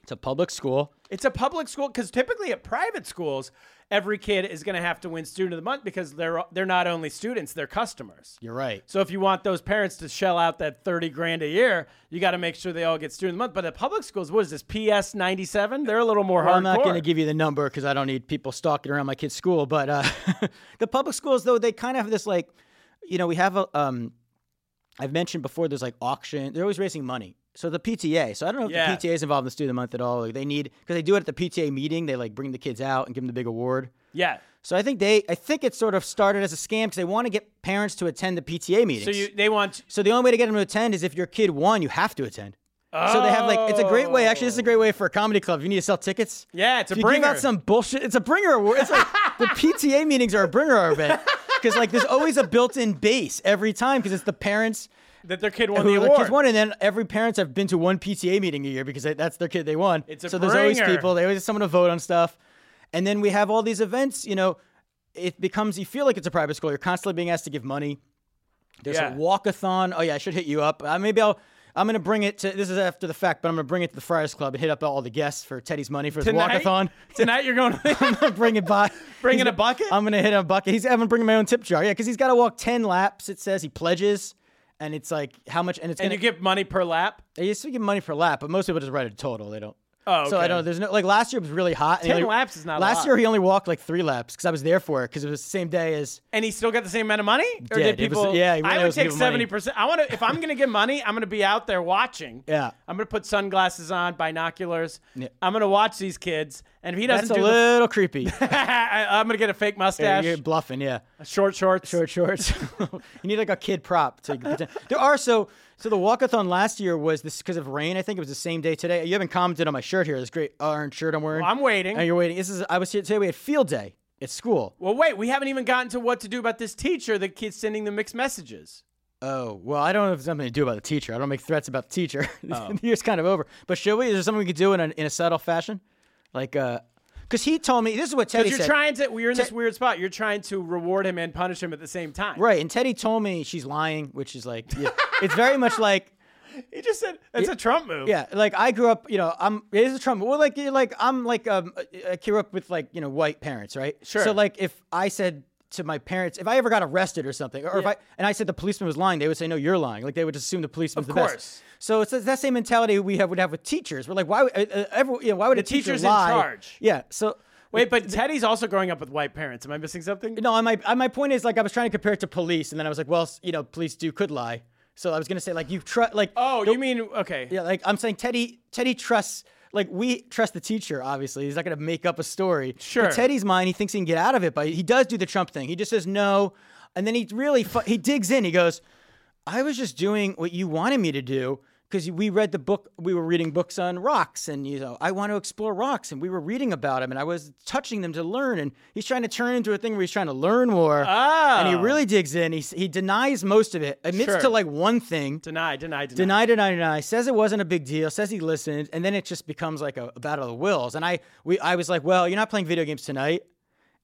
It's a public school.
It's a public school because typically at private schools, every kid is going to have to win student of the month because they're they're not only students, they're customers.
You're right.
So if you want those parents to shell out that thirty grand a year, you got to make sure they all get student of the month. But at public schools, what is this? PS ninety seven. They're a little more
Well,
hardcore.
I'm not going to give you the number because I don't need people stalking around my kid's school. But uh, the public schools, though, they kind of have this like, you know, we have a. Um, I've mentioned before. There's like auction. They're always raising money. So the PTA. So I don't know if
Yeah.
the PTA is involved in the student of the month at all. Like they need because they do it at the PTA meeting. They like bring the kids out and give them the big award.
Yeah.
So I think they. I think it sort of started as a scam because they want to get parents to attend the PTA meetings.
So you they want.
So the only way to get them to attend is if your kid won, you have to attend. So they have like it's a great way. Actually, this is a great way for a comedy club. If you need to sell tickets.
Yeah, it's a
if you
bringer.
give out some bullshit. It's a bringer award. It's like the PTA meetings are a bringer event because like there's always a built-in base every time because it's the parents
that their kid won
who
the
the
award.
kids won, and then every parents have been to one PTA meeting a year because they, that's their kid they won.
It's a
so there's
bringer.
always people. They always have someone to vote on stuff, and then we have all these events. You know, it becomes you feel like it's a private school. You're constantly being asked to give money. There's
Yeah.
a walkathon. Oh yeah, I should hit you up. Uh, maybe I'll. I'm gonna bring it to. This is after the fact, but I'm gonna bring it to the Friars Club and hit up all the guests for Teddy's money for his
Tonight-
walkathon.
Tonight you're going.
I'm gonna bring it by.
Bringing a
He's-
bucket?
I'm gonna hit a bucket. He's. I'm gonna bring my own tip jar. Yeah, because he's got to walk ten laps. It says he pledges. and it's like how much, and it's
And
gonna
you give money per lap.
They used to give money per lap, but most people just write a total. They don't.
Oh,
So I
okay.
don't. There's no like last year was really hot. and he
10
only-
laps is not a
Last
lot.
year he only walked like three laps because I was there for it because it was the same day as.
And he still got the same amount of money? Or
Did.
did,
It was-
people?
yeah, he really
I would
was
take
giving money.
seventy percent. I want to. If I'm gonna get money, I'm gonna be out there watching.
Yeah.
I'm gonna put sunglasses on, binoculars. I'm gonna watch these kids. And if he doesn't
That's
do,
a
the,
little creepy.
I, am gonna get a fake
You're-
mustache,
You're bluffing, yeah.
short shorts.
Short shorts. you need like a kid prop to pretend. There are so so the walkathon last year was this because of rain. I think it was the same day today. You haven't commented on my shirt here. This great orange shirt I'm wearing.
Well, I'm waiting.
And you're waiting. This is I was here today. We had field day at school.
Well, wait. We haven't even gotten to what to do about this teacher that keeps sending the mixed messages.
Oh, well, I don't know if there's something to do about the teacher. I don't make threats about the teacher.
Oh.
the year's kind of over. But should we? Is there something we could do in a, in a subtle fashion? Like, uh, because he told me, this is what Teddy
Because you're
said.
trying to. We're in this
Te-
weird spot. You're trying to reward him and punish him at the same time.
right. And Teddy told me she's lying, which is like, yeah, it's very much like,
He just said it's a Trump move.
yeah, like I grew up, you know, I'm, it is a Trump. Well, like, you're like, I'm like, um, I grew up with like, you know, white parents, right?
Sure.
So, like, if I said, to my parents, if I ever got arrested or something, or if I and I said the policeman was lying, they would say, "No, you're lying." Like they would assume the policeman's
Of
the
course.
best. So it's that same mentality we have would have with teachers. We're like, why would uh, uh, every, you know, why would
The
a teacher
teacher's in
lie?
charge.
Yeah. So
Wait, but Teddy's also growing up with white parents. Am I missing something?
no, I- my I- my point is like I was trying to compare it to police, and then I was like, well, s- you know, police do could lie. So I was gonna say like you trust like
Oh,
the-
you mean okay?
yeah like I'm saying Teddy Teddy trusts. Like we trust the teacher, obviously. He's not gonna make up a story.
Sure.
But Teddy's mind, he thinks he can get out of it, but he does do the Trump thing. He just says no, and then he really fu- he digs in. He goes, I was just doing what you wanted me to do because we read the book. We were reading books on rocks, and you know, I want to explore rocks, and we were reading about them, and I was touching them to learn. And he's trying to turn into a thing where he's trying to learn more. And he really digs in. He s- he denies most of it, admits
Ah. Sure.
to like one thing.
Deny, deny, deny.
Deny, deny, deny. Says it wasn't a big deal. Says he listened, and then it just becomes like a, a battle of the wills. And I, we, I was like, well, you're not playing video games tonight.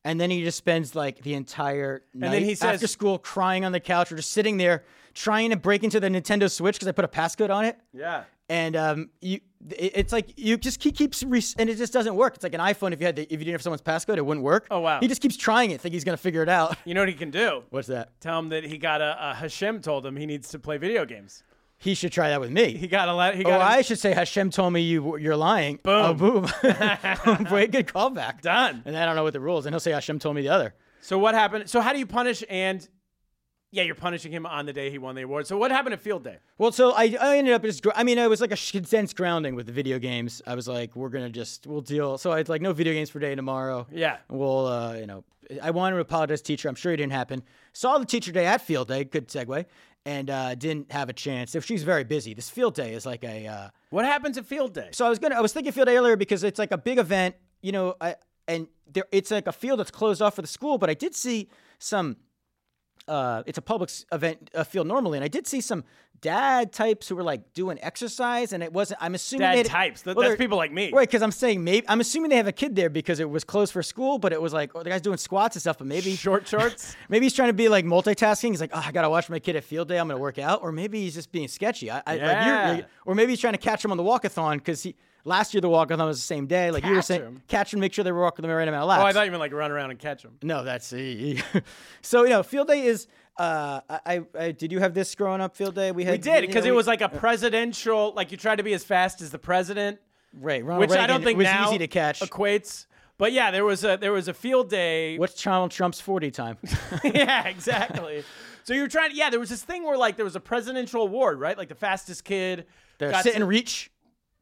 And then he just spends like the entire night
then he
after
says-
school crying on the couch or just sitting there trying to break into the Nintendo Switch because I put a passcode on it.
Yeah.
And um, you, it, it's like you just he keeps re- and it just doesn't work. It's like an iPhone. If you had the, if you didn't have someone's passcode, it wouldn't work.
Oh, wow.
He just keeps trying it, think he's gonna figure it out.
You know what he can do?
What's that?
Tell him that he got a, a Hashem told him he needs to play video games.
He should try that with me.
He got a let. He
Oh,
got. him-
I should say Hashem told me you you're lying. Boom. Oh, boom. Boy, good callback.
Done.
And I don't know what the rules. And he'll say Hashem told me the other.
so what happened? So how do you punish and? Yeah, you're punishing him on the day he won the award. So what happened at field day?
Well, so I, I ended up just gr- I mean it was like a sh- condensed grounding with the video games. I was like we're gonna just we'll deal. So I had like no video games for day tomorrow.
Yeah.
Well, uh, you know, I wanted to apologize, teacher. I'm sure it didn't happen. Saw the teacher day at field day. Good segue. And uh, didn't have a chance. If she's very busy, this field day is like a. Uh,
What happens at field day?
So I was gonna, I was thinking field day earlier because it's like a big event, you know, I, and there, it's like a field that's closed off for the school. But I did see some. Uh, it's a public s- event uh, field normally, and I did see some dad types who were like doing exercise, and it wasn't. I'm assuming
Dad
they-
types. Th-
Well,
that's
they're-
people like me.
right? Because I'm saying maybe I'm assuming they have a kid there because it was closed for school, but it was like oh, the guy's doing squats and stuff. But maybe
Short shorts.
Maybe he's trying to be like multitasking. He's like, oh, I gotta watch my kid at field day. I'm gonna work out. Or maybe he's just being sketchy. I, I like you're-
Yeah.
you're, or maybe he's trying to catch him on the walkathon because he last year the walkathon was the same day. Like you were
Catch
saying,
him.
catch and make sure they were walking the right amount of laps.
oh, I thought you meant like run around and catch him.
no, that's e, so you know field day is. Uh, I, I did you have this growing up field day? We had
We did
you know,
because
we-
it was like a presidential. Like you tried to be as fast as the president.
right, Ronald
which
Oh, Reagan
I don't think
was
now
easy to catch.
equates. But yeah, there was a there was a field day.
What's Donald Trump's forty time?
yeah, exactly. so you were trying to yeah, there was this thing where like there was a presidential award, right? Like the fastest kid.
They're
got
sit and
to-
reach.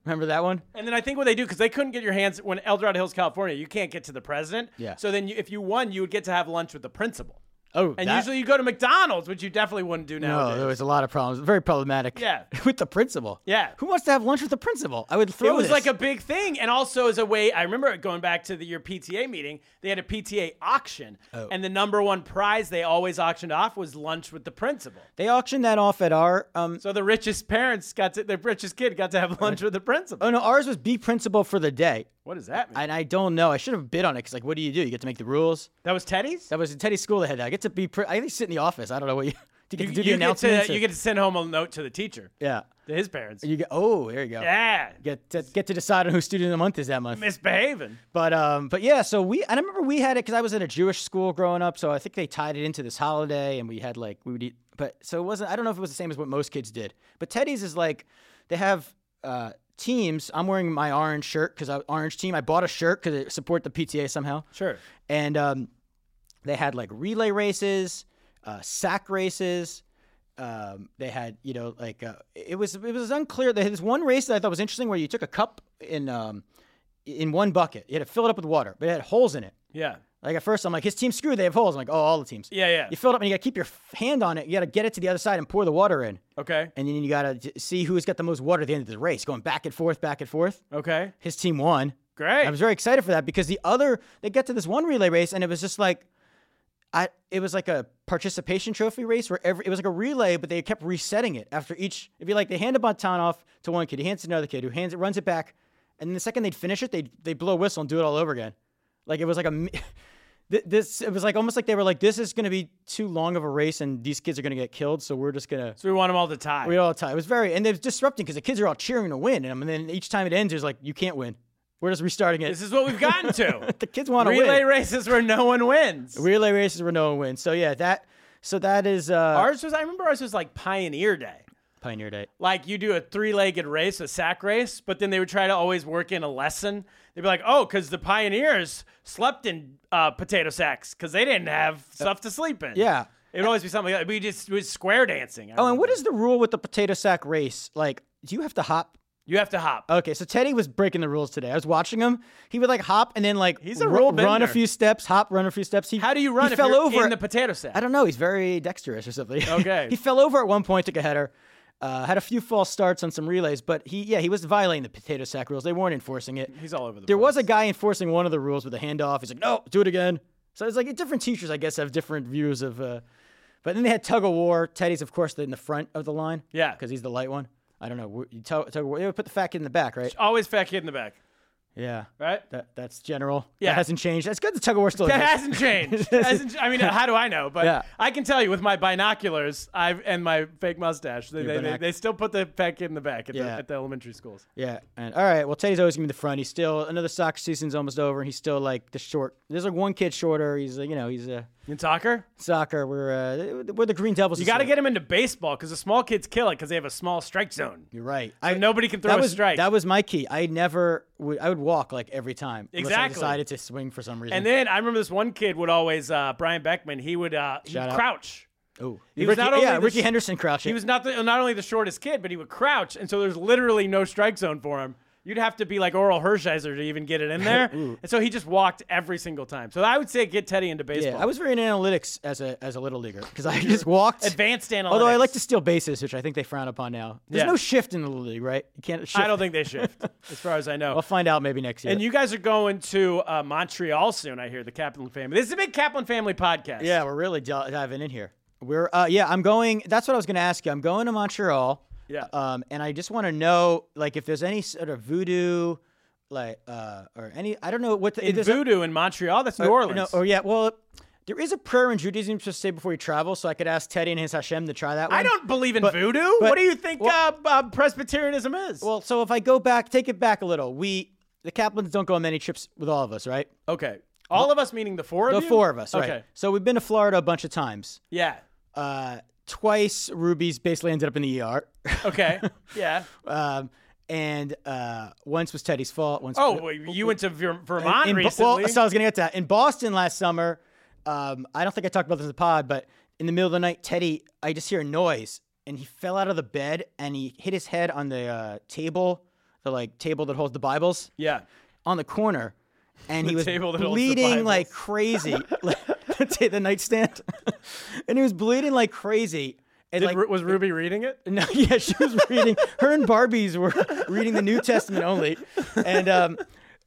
Remember that one?
and then I think what they do because they couldn't get your hands when Eldorado Hills, California, you can't get to the president.
Yeah.
So then you, if you won, you would get to have lunch with the principal.
Oh,
And
that-
usually you go to McDonald's, which you definitely wouldn't do now.
No, there was a lot of problems. Very problematic.
Yeah.
with the principal.
Yeah.
Who wants to have lunch with the principal? I would throw
it was
this.
like a big thing and also as a way i remember it going back to the, your pta meeting they had a pta auction
Oh.
and the number one prize they always auctioned off was lunch with the principal
They auctioned that off at our. Um,
so the richest parents got to the richest kid got to have lunch with the principal
oh no, ours was be principal for the day,
what does that mean
and I don't know. I should have bid on it because like, what do you do? You get to make the rules.
that was teddy's
That was in Teddy's school. They had that. I get to be. Pri- I at least sit in the office. I don't know what you. Do you
you,
get to do
you
the
get
announcements?
to,
or-
you get to send home a note to the teacher
yeah.
to his parents
You get. Oh, there you go.
yeah
Get to, get to decide on who student of the month is that month.
misbehaving
But um, but yeah, so we and I remember we had it because I was at a Jewish school growing up, so I think they tied it into this holiday, and we had like we would eat but so it wasn't. I don't know if it was the same as what most kids did. But Teddy's is like they have uh, teams. I'm wearing my orange shirt because I orange team. I bought a shirt because it support the PTA somehow.
Sure.
And um, they had like relay races, uh, sack races. Um, they had you know like uh, it was it was unclear. There was one race that I thought was interesting where you took a cup in um, in one bucket. You had to fill it up with water, but it had holes in it.
Yeah.
Like at first, I'm like, his team's screwed. They have holes. I'm like, oh, all the teams.
Yeah, yeah.
You fill it up and you got to keep your f- hand on it. You got to get it to the other side and pour the water in.
Okay.
And then you got to see who's got the most water at the end of the race, going back and forth, back and forth.
Okay.
His team won.
Great.
I was very excited for that because the other, they get to this one relay race and it was just like, I, it was like a participation trophy race where every, it was like a relay, but they kept resetting it after each. It'd be like they hand a baton off to one kid, he hands it to another kid, who hands it, runs it back, and then the second they'd finish it, they they blow a whistle and do it all over again. Like it was like a mi- th- this. It was like almost like they were like, this is going to be too long of a race, and these kids are going to get killed, so we're just going to
So we want them all to tie.
we all tie. It was very and it was disrupting because the kids are all cheering to win, and, I mean, then each time it ends, it's like you can't win. We're just restarting it.
this is what we've gotten to.
the kids want to win.
Relay races where no one wins.
relay races where no one wins. So yeah, that so that is uh,
ours was I remember ours was like Pioneer Day.
Pioneer Day.
Like you do a three-legged race, a sack race, but then they would try to always work in a lesson. They'd be like, "Oh, because the pioneers slept in uh, potato sacks because they didn't have stuff to sleep in."
Yeah.
it would always be something. Like that. We just it was square dancing. I
Oh, and
remember.
what is the rule with the potato sack race? Like, do you have to hop?
you have to hop?
Okay, so Teddy was breaking the rules today. I was watching him. He would like hop and then like
He's a
ru-
rule
run a
bender.
few steps, hop, run a few steps. He
How do you run
He
if
fell
you're
over
in the potato sack?
I don't know. He's very dexterous or something.
Okay.
he fell over at one point, took a header, uh, had a few false starts on some relays, but he yeah he was violating the potato sack rules. They weren't enforcing it.
He's all over the
There
place.
was a guy enforcing one of the rules with a handoff. He's like, no, do it again. So it's like different teachers, I guess, have different views of. Uh, but then they had tug of war. Teddy's, of course, in the front of the line.
Yeah.
because he's the light one. I don't know. You tug, tug of war. They would put the fat kid in the back, right?
always fat kid in the back,
Yeah.
right?
That, that's general.
Yeah.
that hasn't changed. That's good. The tug of war still.
That
exists.
hasn't changed. Hasn't ch- I mean, how do I know? But
Yeah.
I can tell you with my binoculars I've, and my fake mustache, they, they, they,
binoc-
they still put the fat kid in the back at, the,
Yeah.
at the elementary schools.
Yeah, and all right. Well, Teddy's always gonna be the front. He's still another soccer season's almost over, and he's still like the short. There's like one kid shorter. He's uh, you know he's a
In soccer,
soccer. We're uh, we're the Green Devils.
you
this
got to
year.
get him into baseball because the small kids kill it because they have a small strike zone.
You're right.
So nobody can throw
that
a
was,
strike.
That was my key. I never would. I would walk like every time. unless
Exactly.
I decided to swing for some reason.
And then I remember this one kid would always, uh, Brian Beckman, he would uh, he'd
Shout out.
crouch.
oh,
he
Ricky,
was not only
yeah,
the
Ricky
sh-
Henderson crouching.
He was not the, not only the shortest kid, but he would crouch, and so there's literally no strike zone for him. You'd have to be like Oral Hershiser to even get it in there, and so he just walked every single time. So I would say get Teddy into baseball.
Yeah, I was very into analytics as a as a little leaguer because I just walked
Advanced
Although I
analytics.
like to steal bases, which I think they frown upon now. There's
Yeah.
no shift in the little league, right? You can't. Shift.
I don't think they shift, as far as I know.
I'll find out maybe next year.
and you guys are going to uh, Montreal soon, I hear. The Kaplan family. This is a big Kaplan family podcast.
Yeah, we're really del- diving in here. We're uh, yeah, I'm going. That's what I was going to ask you. I'm going to Montreal.
Yeah.
Um, and I just want to know like if there's any sort of voodoo, like uh, or any I don't know what the,
in
there's
Voodoo in Montreal. That's
a,
New Orleans.
No, oh yeah, well. There is a prayer in Judaism to say before you travel, so I could ask Teddy and his Hashem to try that one.
I don't believe in
But-
voodoo.
but-
what do you think
well-
uh, uh, Presbyterianism is?
Well, so if I go back, take it back a little. We the Kaplans don't go on many trips with all of us, right?
okay. All of us, meaning the four of
The
you?
four of us,
Okay.
right? So we've been to Florida a bunch of times.
Yeah.
Uh, twice, Ruby's basically ended up in the ER.
Okay. yeah.
Um, and uh, once was Teddy's fault. Once
Oh, well, you went to Ver- Vermont
in, in, well,
recently.
so I was gonna get to that in Boston last summer. Um, I don't think I talked about this in the pod, but in the middle of the night, Teddy, I just hear a noise, and he fell out of the bed and he hit his head on the uh, table, the like table that holds the Bibles
yeah.
on the corner, and he was
table that holds the
bleeding
Bibles.
like crazy. Like, the, the nightstand, and he was bleeding like crazy. And
Did,
like,
Ru- was Ruby reading it?
no, yeah, she was reading. Her and Barbies were reading the New Testament only, and um,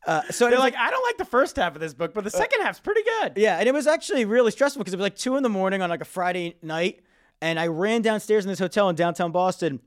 uh, so
They're like, I don't like the first half of this book, but the second half's pretty good.
yeah, and Uh, it was actually really stressful because it was like two in the morning on like a Friday night, and I ran downstairs in this hotel in downtown Boston,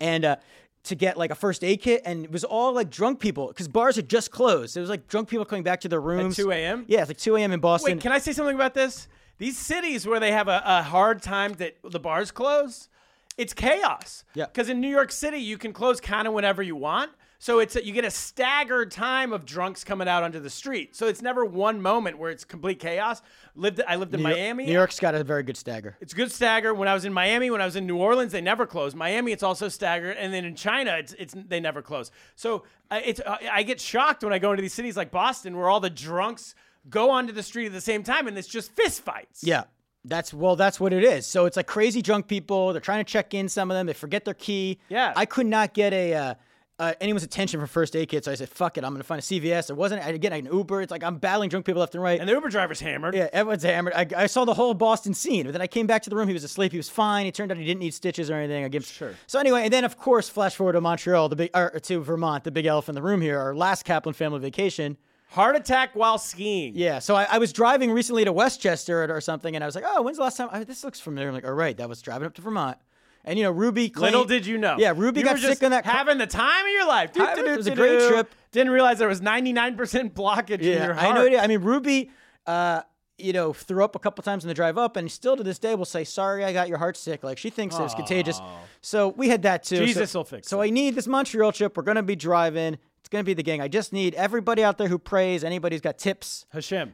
and uh, to get like a first aid kit, and it was all like drunk people because bars had just closed. It was like drunk people coming back to their rooms
2 a.m.?
Yeah, it's like two a.m. in Boston.
Wait, can I say something about this? These cities where they have a, a hard time that the bars close, it's chaos.
Yeah.
Because in New York City, you can close kind of whenever you want. So it's you get a staggered time of drunks coming out onto the street. So it's never one moment where it's complete chaos. Lived I lived in
New York-
Miami.
New York's got a very good stagger.
It's good stagger. When I was in Miami, when I was in New Orleans, they never close. Miami, it's also staggered, and then in China, it's, it's they never close. So uh, it's uh, I get shocked when I go into these cities like Boston, where all the drunks go onto the street at the same time, and it's just fistfights.
Yeah. That's well, that's what it is. So it's like crazy drunk people. They're trying to check in some of them. They forget their key.
Yeah.
I could not get a uh, uh, anyone's attention for first aid kit, so I said, "Fuck it, I'm gonna find a CVS." There wasn't. I didn't get an Uber. It's like I'm battling drunk people left and right.
and the Uber driver's hammered.
yeah, everyone's hammered. I, I saw the whole Boston scene, but then I came back to the room. He was asleep. He was fine. It turned out he didn't need stitches or anything. I give sure. So anyway, and then of course, flash forward to Montreal, the big or to Vermont, the big elephant in the room here. Our last Kaplan family vacation.
Heart attack while skiing.
Yeah, so I, I was driving recently to Westchester or, or something, and I was like, "Oh, when's the last time?" I, this looks familiar. I'm like, "All right, that was driving up to Vermont." And you know, Ruby. Claimed,
Little did you know.
Yeah, Ruby
You
got
were just
sick on that. car-
having the time of your life.
Having- it was a
Doo-doo-doo-doo.
great trip.
Didn't realize there was 99% blockage in
yeah,
your
I
heart.
know. it- I mean, Ruby. Uh, you know, threw up a couple times on the drive up, and still to this day will say, "Sorry, I got your heart sick." Like she thinks it was contagious. So we had that too. So-
Jesus will fix
So I need this Montreal trip. We're gonna be driving. It's gonna be the gang. I just need everybody out there who prays. Anybody's got tips.
Hashem.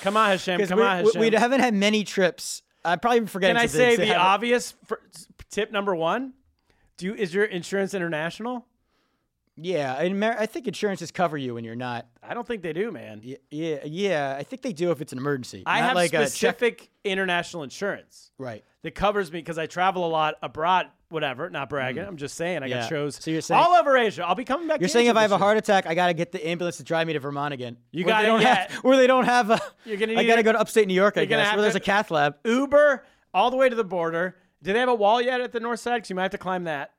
come on, Hashem.
Because
Come
we,
on,
we-
Hashem.
we haven't had many trips. I'm probably forgetting.
Can I
some
say
things that
the
haven't-
obvious for, tip number one? Do you, is your insurance international?
Yeah, and Amer- I think insurances cover you when you're not.
I don't think they do, man.
y- Yeah, yeah, I think they do if it's an emergency.
I
not
have
like a check-
specific international insurance
right.
that covers me because I travel a lot abroad. Whatever, not bragging. I'm just saying I
Mm. Yeah.
got shows
So you're saying-
all over Asia. I'll be coming back.
You're
to
saying
Asia
if I have
this
a
year.
heart attack, I gotta get the ambulance to drive me to Vermont again.
You
where
gotta
they don't
get-
have where they don't have a.
You're gonna
I
need
gotta
a-
go to upstate New York. I
you're gonna
guess
have
where there's
to-
a cath lab.
Uber all the way to the border. Do they have a wall yet at the north side? Because you might have to climb that.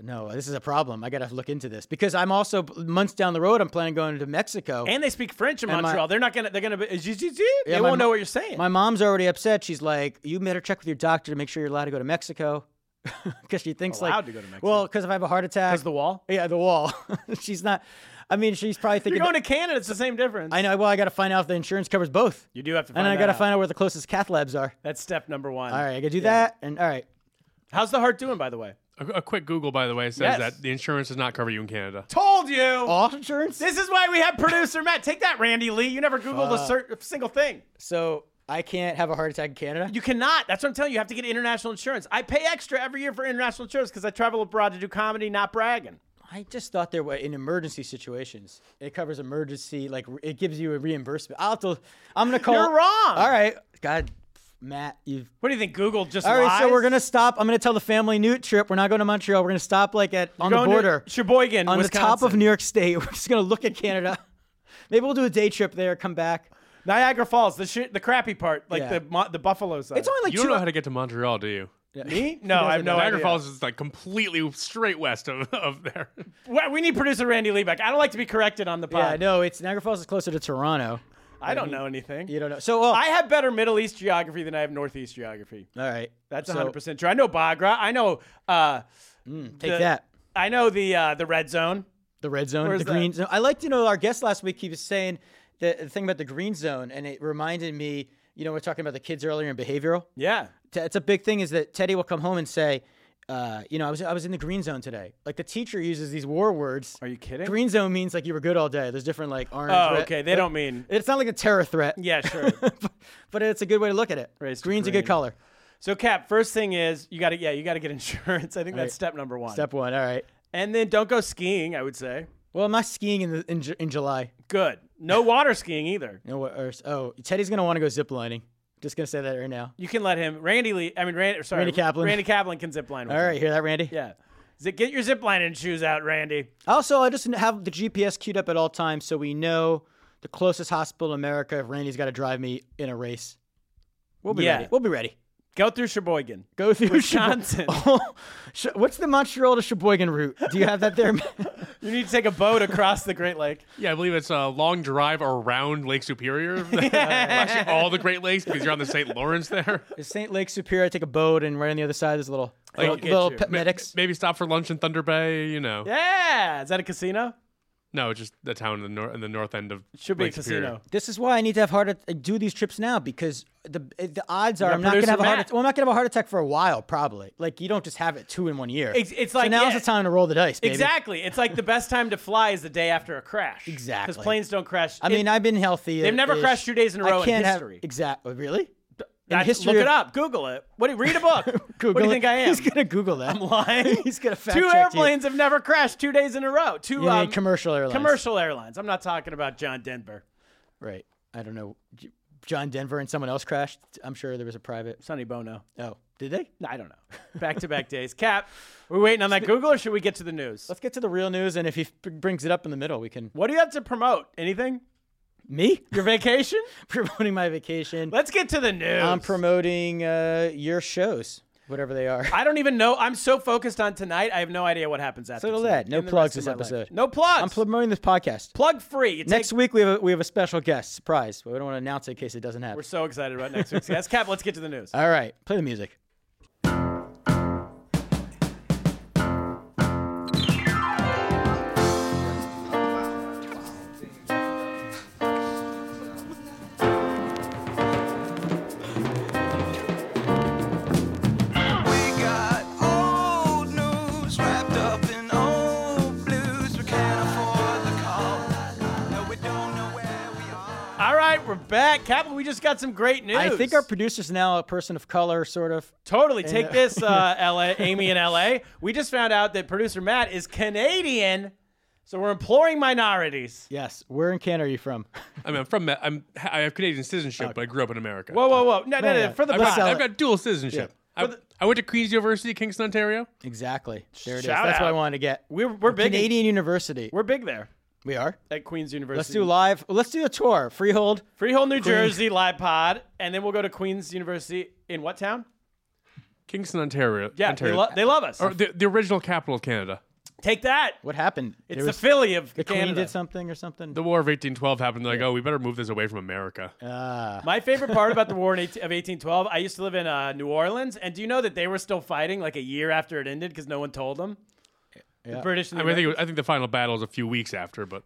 No, this is a problem. I gotta look into this because I'm also months down the road. I'm planning on going to Mexico.
And they speak French in
And my-
Montreal. they're not gonna. They're gonna. Be,
Yeah,
they
my
won't
mo-
know what you're saying.
My mom's already upset. She's like, "You better check with your doctor to make sure you're allowed to go to Mexico," because she thinks like,
Allowed to go to Mexico.
Well, because if I have a heart attack,
'Cause the wall?
Yeah, the wall. she's not. I mean, she's probably
You're
thinking.
going to Canada. It's the same difference.
I know. Well, I got to find out if the insurance covers both,
You do have to. Find
and I
that
got to
out.
find out where the closest cath labs are.
That's step number one.
All right, I got to do that. And all right,
How's the heart doing, by the way?
A, a quick Google, by the way,
Yes.
says that the insurance does not cover you in Canada.
Told you.
all insurance.
This is why we have producer Matt. Take that, Randy Lee. You never Googled a, cer- a single thing.
so I can't have a heart attack in Canada.
You cannot. That's what I'm telling you. You have to get international insurance. I pay extra every year for international insurance because I travel abroad to do comedy, not bragging.
I just thought there were in emergency situations. It covers emergency, like re- it gives you a reimbursement. I'll have to, I'm gonna call.
You're wrong.
All right, God, Matt, you've.
What do you think? Google just
All right,
lies?
so we're gonna stop. I'm gonna tell the family new trip. We're not going to Montreal. We're gonna stop like at on the
Going to
border,
Sheboygan,
on the top of
Wisconsin.
New York State. We're just gonna look at Canada. Maybe we'll do a day trip there. Come back.
Niagara Falls, the shit, the crappy part, like
Yeah.
the mo- the Buffalo side.
It's only like
You
two.
don't know how to get to Montreal, do you?
me. No, I have no
Niagara
idea.
Falls is like completely straight west of, of there.
We- We need producer Randy Lee back. I don't like to be corrected on the
yeah,
pod.
no, it's Niagara Falls is closer to Toronto.
I don't know anything.
You don't know. So, well,
I have better Middle East geography than I have Northeast geography.
all right,
That's
So,
100 percent true. I know Bagra. I know. Uh,
Mm, Take
the-
that.
I know the uh, the red zone.
The red zone,
Where's
the
that?
green zone. I like to know our guest last week. He was saying the, the thing about the green zone, and it reminded me. You know, we are talking about the kids earlier in behavioral.
Yeah.
T- It's a big thing. Is that Teddy will come home and say, uh, "You know, I was I was in the green zone today." Like the teacher uses these war words.
Are you kidding?
Green zone means like you were good all day. There's different like orange.
Oh,
red-
okay. They don't mean.
It's not like a terror threat.
Yeah, sure.
but it's a good way to look at it.
Raised to
Green's a
green.
good color.
so, Cap. First thing is you got to yeah you got to get insurance. I think that's step number one.
Step one. All right.
And then don't go skiing. I would say
Well, I'm not skiing in the, in, Ju- in July.
good. No water skiing either.
You know what? Or, oh, Teddy's gonna want to go ziplining. Just gonna say that right now.
You can let him. Randy Lee. I mean Randy. Sorry.
Randy Kaplan.
Randy Kaplan can zip line. With
All
you.
right, hear that, Randy?
Yeah. Z- Get your zip line and shoes out, Randy.
Also, I just have the GPS queued up at all times so we know the closest hospital in America if Randy's got to drive me in a race. We'll be
Yeah.
ready. We'll be ready.
Go through Sheboygan.
Go through
Wisconsin.
Shebo- Sh- What's the Montreal to Sheboygan route? Do you have that there?
You need to take a boat across the Great Lake.
Yeah, I believe it's a long drive around Lake Superior, actually all the Great Lakes because you're on the St. Lawrence there.
Is St. Lake Superior? I take a boat and right on the other side there's a little
Like,
little,
get
little
you.
pet medics.
Maybe stop for lunch in Thunder Bay. You know,
Yeah. Is that a casino?
No, just the town in the, nor- in the north end of
Should be a
Lake Superior.
casino.
This is why I need to have heart. At- uh, do these trips now because the uh, the odds are
got
I'm not gonna have
producer
a heart.
Matt.
At- well, I'm not gonna have a heart attack for a while, probably. Like you don't just have it two in one year.
It's- it's
So
like,
now's
yeah.
the time to roll the dice. Baby.
Exactly. It's like the best time to fly is the day after a crash.
Exactly.
Because planes don't crash.
I mean, uh,
It-
I've been healthy.
They've never crashed two days in a row
I
in
can't
history.
Have, exactly. Oh, Really? In
that's-
history
look
of-
it up. Google it. What? do you- Read a book.
Google
what do you
it.
think I am?
He's gonna Google that.
I'm lying.
He's gonna fact
two
check
airplanes have never crashed two days in a row. Two
You mean
um,
commercial airlines.
commercial airlines. I'm not talking about John Denver.
You. Right. I don't know. J- John Denver and someone else crashed. I'm sure there was a private.
Sonny Bono.
Oh, did they?
No, I don't know. Back to back days. Cap, we waiting on that Google or should we get to the news?
Let's get to the real news, and if he f- brings it up in the middle, we can.
What do you have to promote? Anything?
Me?
Your vacation?
promoting my vacation.
Let's get to the news.
I'm promoting uh, your shows, whatever they are.
I don't even know. I'm so focused on tonight. I have no idea what happens after.
So do
tonight
that. No
and the
plugs
rest
this
of my life.
episode.
No plugs.
I'm promoting this podcast.
Plug free. You
Next
take-
week we have a, we have a special guest surprise. We don't want to announce it in case it doesn't happen.
We're so excited about next week's guest. Cap, let's get to the news.
All right, play the music.
We got old news wrapped up in old blues. We can't afford the call. No, we don't know where we are.
All right, we're back. Cap, we just got some great news.
I think our producer's now a person of color, sort of.
Totally. Take this, uh, LA, Amy in LA. We just found out that producer Matt is Canadian, so we're imploring minorities.
Yes. Where in Canada are you from?
I mean, I'm from. Ma- I'm. I have Canadian citizenship, but I grew up in America.
Whoa, whoa, whoa. No, no, no.
no.
For the
I've
Let's
got,
pod.
sell
I've
it.
got dual citizenship. I, I went to Queen's University, Kingston, Ontario.
Exactly. There it is.
Shout
That's what I
out.
wanted to get.
We're, we're big. in-
Canadian University.
we're big there
We are.
at Queen's University.
Let's do live. Let's do a tour. Freehold.
Freehold, New Jersey, live pod, and then we'll go to Queens University in what town?
Kingston, Ontario.
Yeah, they,
Ontario.
lo- they love us.
or the, the original capital of Canada.
Take that.
What happened?
It's
There
the
was-
Philly of
the
Canada.
Queen did something or something.
The War of 1812 happened. They're like, oh, we better move this away from America.
My favorite part about the War in 18- of 1812, I used to live in uh, New Orleans, and do you know that they were still fighting like a year after it ended because no one told them? The British. And
I
the
mean, I think, it was- I think the final battle is a few weeks after, but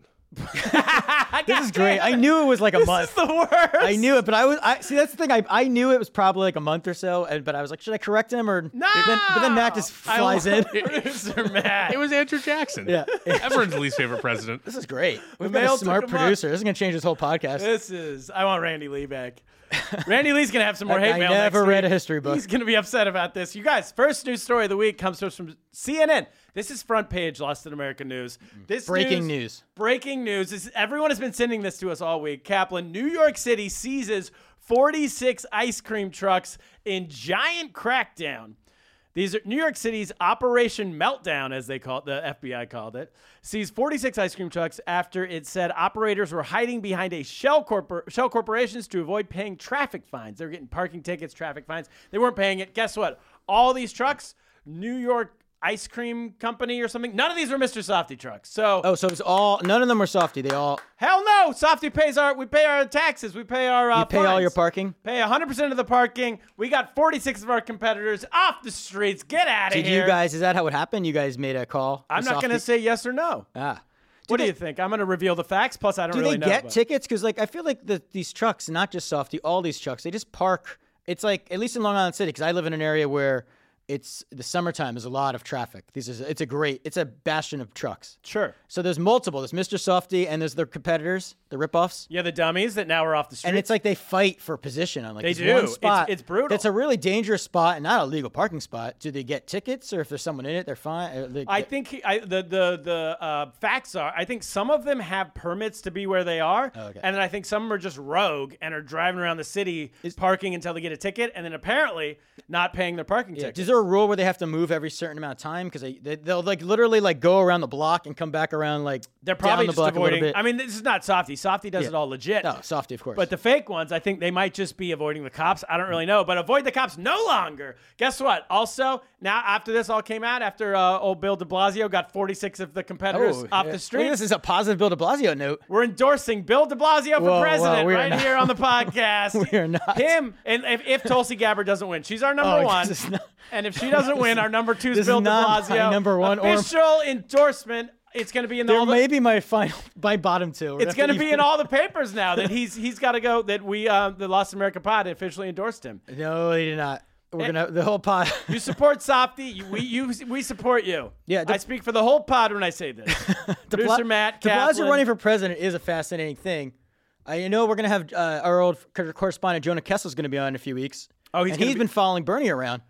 this is great. I knew it was like a
Americans.
month.
This is the worst.
I knew it, but I was I see that's the thing. I, I knew it was probably like a month or so, and but I was like, should I correct him or
No.
Then, but then Matt just
I
flies in.
love Producer Matt.
it was Andrew Jackson.
Yeah.
everyone's least favorite president.
This is great. We've
mail
got a
took
smart
him up.
producer. This is gonna change this whole podcast.
This is. I want Randy Lee back. Randy Lee's gonna have some more
That
hate
guy
mail.
never
next
read
week.
a history book.
He's gonna be upset about this. You guys, first news story of the week comes to us from CNN. This is front page Lost in America news. This
Mm. Breaking news.
Breaking news. This, everyone has been sending this to us all week. Kaplan, New York City seizes 46 ice cream trucks in giant crackdown. These are New York City's Operation Meltdown, as they call it, the FBI called it, seized 46 ice cream trucks after it said operators were hiding behind a shell, corpor- shell corporations to avoid paying traffic fines. They were getting parking tickets, traffic fines. They weren't paying it. Guess what? All these trucks, New York ice cream company or something. None of these were Mr. Softy trucks. So
Oh, so it's all none of them were softy. They all
hell no, Softy pays our we pay our taxes, we pay our uh,
you pay all your
fines.
parking.
Pay 100% of the parking. We got 46 of our competitors off the streets. Get out of
Did
here.
you guys? Is that how it happened? You guys made a call.
I'm
to
not going to
Softy?
say yes or no.
Ah.
what do
they-
you think? I'm going to reveal the facts. Plus, I don't
Do
really
they
know.
get
but-
tickets? Because like I feel like the, these trucks, not just softy, all these trucks, they just park. It's like at least in Long Island City, because I live in an area where it's the summertime. There's a lot of traffic. This is it's a great, it's a bastion of trucks.
Sure.
So there's multiple. There's Mr. Softy and there's their competitors, the ripoffs.
Yeah, the dummies that now are off the street.
And it's like they fight for position on like
They
this
do.
one
It's-
spot.
it's brutal.
That's a really dangerous spot and not a legal parking spot. Do they get tickets or if there's someone in it, they're fine? Or they-
I think he, I, the the the uh, facts are. I think some of them have permits to be where they are,
Oh, okay.
and then I think some are just rogue and are driving around the city, parking until they get a ticket, and then apparently not paying their parking
Yeah,
ticket.
Is there a rule where they have to move every certain amount of time? Because they, they they'll like literally like go around the block and come back around like
They're probably
down the
just
block a
avoiding.
little bit.
I mean, this is not Softy. Softy does
Yeah.
it all legit.
no, softy of course.
But the fake ones, I think they might just be avoiding the cops. I don't really know, but avoid the cops no longer. Guess what? Also, now after this all came out, after uh, old Bill De Blasio got 46 of the competitors off the street,
Oh, This is a positive Bill De Blasio note.
we're endorsing Bill De Blasio for
Whoa, whoa,
president
we are
right
not-
here on the podcast.
We are not.
him. And if, if Tulsi Gabbard doesn't win, she's our number
Oh,
one.
this is not-
and if she doesn't win, our number two
this
is
is
Bill De
not my
Blasio.
number one or-
official endorsement it's going to be in
There
all the
may be my final, my bottom two. We're gonna
it's
have
going to be
even-
in all the papers now that he's he's got to go. That we uh, the Lost America Pod officially endorsed him.
No, they did not.
Eh.
We're gonna the whole pod.
You support Softy. You, we you we support you.
Yeah, the-
I speak for the whole pod when I say this. Producer Matt,
De Blasio
Kaplan.
running for president is a fascinating thing. I know we're gonna have uh, our old co- correspondent Jonah Kessel's gonna be on in a few weeks.
Oh, he's
and
gonna
he's
be-
been following Bernie around.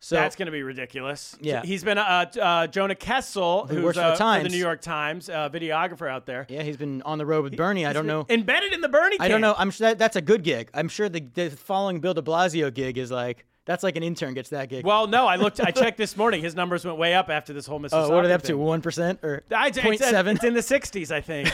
So
That's going to be ridiculous.
Yeah.
he's been uh, t- uh, Jonah Kessel,
Who
who's
works for the
uh,
Times.
New York Times, uh, videographer out there.
yeah, he's been on the road with Bernie. I don't know.
Embedded in the Bernie.
I don't
camp.
know. I'm sure that, that's a good gig. I'm sure the, the following Bill De Blasio gig is like that's like an intern gets that gig.
Well, no, I looked. I checked this morning. His numbers went way up after this whole Mississippi.
oh, what are they up to? One percent or
I, it's,
point
it's-
seven?
It's in the 60s, I think.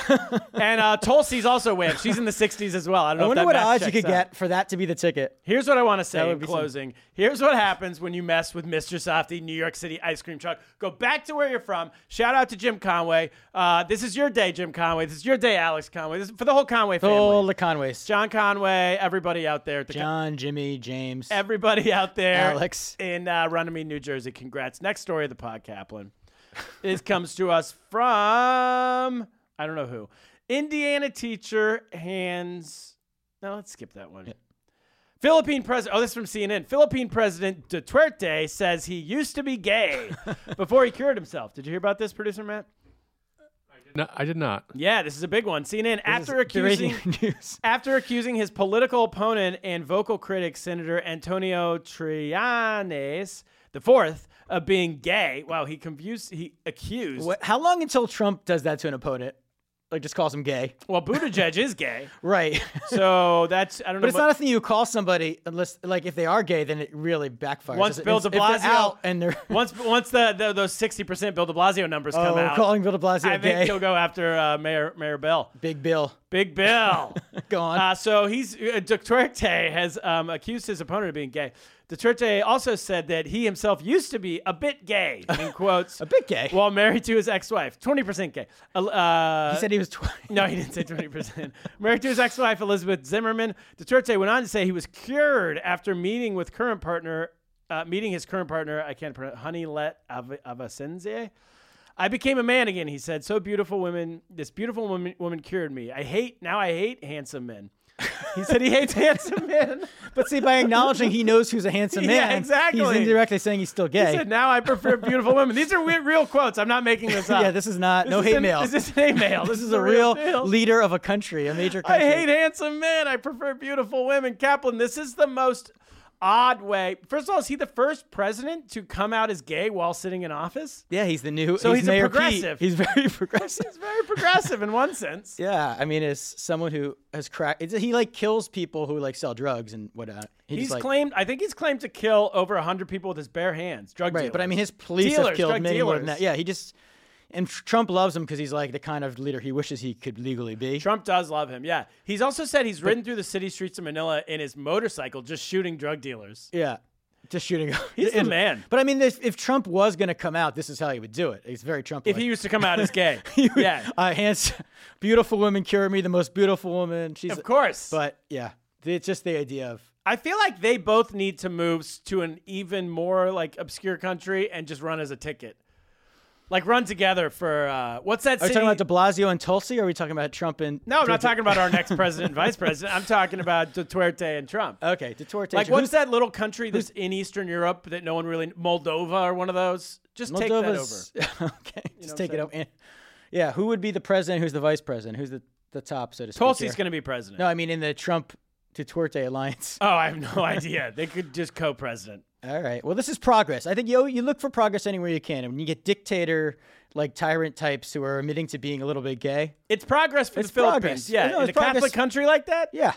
and uh, Tulsi's also way up. She's in the 60s as well. I don't know.
I
if
wonder
that
what
math
odds you
checks
could
out.
get for that to be the ticket.
Here's what I want to say
would
in
be some-
closing. Here's what happens when you mess with Mr. Softy, New York City ice cream truck. Go back to where you're from. Shout out to Jim Conway. Uh, this is your day, Jim Conway. This is your day, Alex Conway. This is for the whole Conway family.
Oh, the Conways.
John Conway, everybody out there. at the Con-
John, Jimmy, James.
everybody out there.
Alex.
In uh, Runnymede, New Jersey. Congrats. Next story of the pod, Kaplan. this comes to us from, I don't know who. Indiana teacher hands. No, let's skip that one. Philippine president. Oh, this is from CNN. Philippine President Duterte says he used to be gay before he cured himself. Did you hear about this, producer Matt?
No, I did not.
Yeah, this is a big one. CNN after
The
accusing
breaking news.
after accusing his political opponent and vocal critic, Senator Antonio Trianes IV, of being gay. Wow, he confused, he accused.
What, how long until Trump does that to an opponent? Like just calls him gay,
Well, Buttigieg is gay,
right?
so that's I don't know.
but it's not a thing you call somebody unless, like, if they are gay, then it really backfires.
once
If-
Bill
if
De
they're
Blasio
out and they're
once once the, the those sixty percent Bill De Blasio numbers
oh,
come out,
calling Bill De Blasio
I think
gay,
he'll go after uh, Mayor Mayor Bill,
Big Bill,
Big Bill.
go on.
Uh, so he's uh, Duterte has um, accused his opponent of being gay. Duterte also said that he himself used to be a bit gay, in quotes,
a bit gay.
while married to his ex-wife, twenty percent gay. Al- Uh,
he said he was twenty.
no, he didn't say twenty percent. married to his ex-wife Elizabeth Zimmerman, Duterte went on to say he was cured after meeting with current partner, uh, meeting his current partner. I can't pronounce Honey Let Avasenze. I became a man again, he said. So beautiful women, this beautiful woman, woman cured me. I hate now. I hate handsome men. He said he hates handsome men.
But see, by acknowledging he knows who's a handsome
Yeah,
man, he's
exactly.
indirectly saying he's still gay.
He said, "Now I prefer beautiful women." These are weird, real quotes. I'm not making this up.
yeah, this is not no
is
hate
an-
mail.
This is hate mail.
This is
the
a real
deal.
leader of a country, a major
I
country.
hate handsome men. I prefer beautiful women. Kaplan, this is the most odd way. First of all, is he the first president to come out as gay while sitting in office?
Yeah, he's the new.
So he's a
Mayor Pete.
progressive.
He's very progressive.
He's very progressive in one sense.
Yeah, I mean, as someone who has cracked, it's, he like kills people who like sell drugs and whatnot. He
He's
just, like,
claimed, I think he's claimed to kill over 100 people with his bare hands, drug
right,
dealers.
but I mean, his police
Dealers,
have killed
drug
many more than
dealers.
that. Yeah, he just and Tr- Trump loves him because he's like the kind of leader he wishes he could legally be.
Trump does love him. Yeah. He's also said he's ridden through the city streets of Manila in his motorcycle just shooting drug dealers.
Yeah, just shooting.
He's the man.
But I mean, if, if Trump was gonna come out, this is how he would do it. It's very Trump.
If he used to come out as gay. yeah.
uh, hands, beautiful woman cure me, the most beautiful woman. She's
Of course.
But yeah, it's just the idea of
I feel like they both need to move s- to an even more like obscure country and just run as a ticket. Like run together for uh, what's that
Are we
city?
talking about De Blasio and Tulsi? Or are we talking about Trump and?
no, I'm not talking about our next president and vice president. I'm talking about Duterte and Trump.
Okay, Duterte.
like
Who's-
what's that little country that's in Eastern Europe that no one really Moldova or one of those? Just take that over.
Moldova's- okay, just take it over. And- Yeah, who would be the president? Who's the vice president? Who's the, the top, so to speak?
Tulsi's
here?
going to be president.
No, I mean in the Trump Duterte alliance.
Oh, I have no idea. They could just co-president.
All right. Well, this is progress. I think you you look for progress anywhere you can, and when you get dictator like tyrant types who are admitting to being a little bit gay,
It's progress for
It's
the Philippines.
progress.
Yeah,
No,
in
it's
a
progress.
Catholic country like that,
yeah,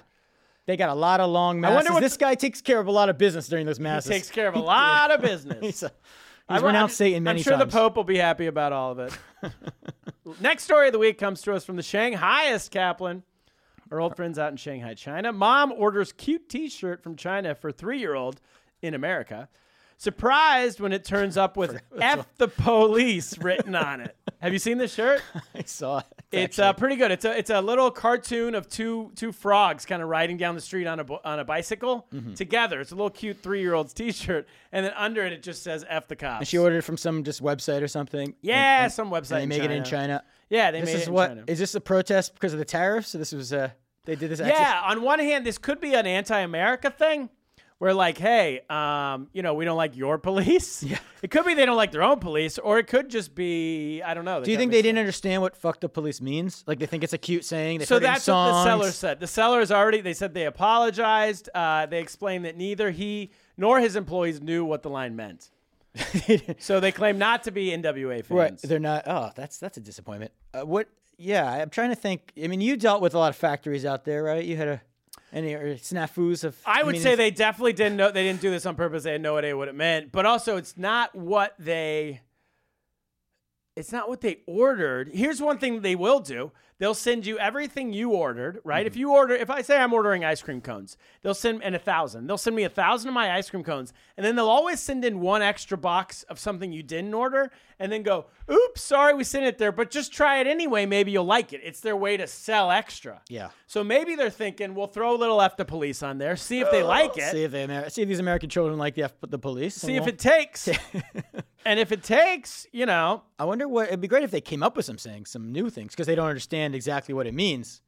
they got a lot of long
I
masses.
wonder what
this
the-
guy takes care of a lot of business during those masses.
takes care of a lot of business.
He's, a,
I
he's
wa-
renounced
I'm-
Satan many
I'm sure
times.
the Pope will be happy about all of it. Next story of the week comes to us from the Shanghaiest Kaplan, our old friends out in Shanghai, China. Mom orders cute T-shirt from China for three-year-old in America. Surprised when it turns up with F the police written on it. Have you seen this shirt?
I saw it.
It's uh, pretty good. It's a it's a little cartoon of two two frogs kind of riding down the street on a bo- on a bicycle
Mm-hmm.
together. It's a little cute three year old's t shirt, and then under it it just says "F the cops."
She ordered it from some just website or something.
uh, yeah, some website.
And they make it in China.
Yeah, they
This
made it
is
in
what is
China.
this a protest because of the tariffs? So this was uh they did this. exercise-
Yeah, on one hand, this could be an anti-America thing, where like, hey, um, you know, we don't like your police. Yeah. It could be they don't like their own police, or it could just be I don't know.
Do you think they didn't understand what "fuck the police" means? Like they think it's a cute saying. They
So
heard it in
that's what the seller
songs.
said. The sellers already they said they apologized. Uh, they explained that neither he nor his employees knew what the line meant. so they claim not to be NWA fans.
Right, they're not. Oh, that's that's a disappointment. Uh, what? Yeah, I'm trying to think. I mean, you dealt with a lot of factories out there, right? You had a any or snafus of.
I would
mean,
say
if-
they definitely didn't know they didn't do this on purpose. They had no idea what it meant. But also, it's not what they it's not what they ordered. Here's one thing they will do. They'll send you everything you ordered, right? If you order, if I say I'm ordering ice cream cones, they'll send and a thousand. They'll send me a thousand of my ice cream cones, and then they'll always send in one extra box of something you didn't order, and then go, "Oops, sorry, we sent it there, but just try it anyway. Maybe you'll like it." It's their way to sell extra.
Yeah.
So maybe they're thinking, "We'll throw a little F the police on there, see if they like it."
Oh, see if they Amer- see if these American children like the F- the police.
See if it takes. and if it takes, you know,
I wonder what it'd be great if they came up with some sayings, some new things, because they don't understand exactly what it means.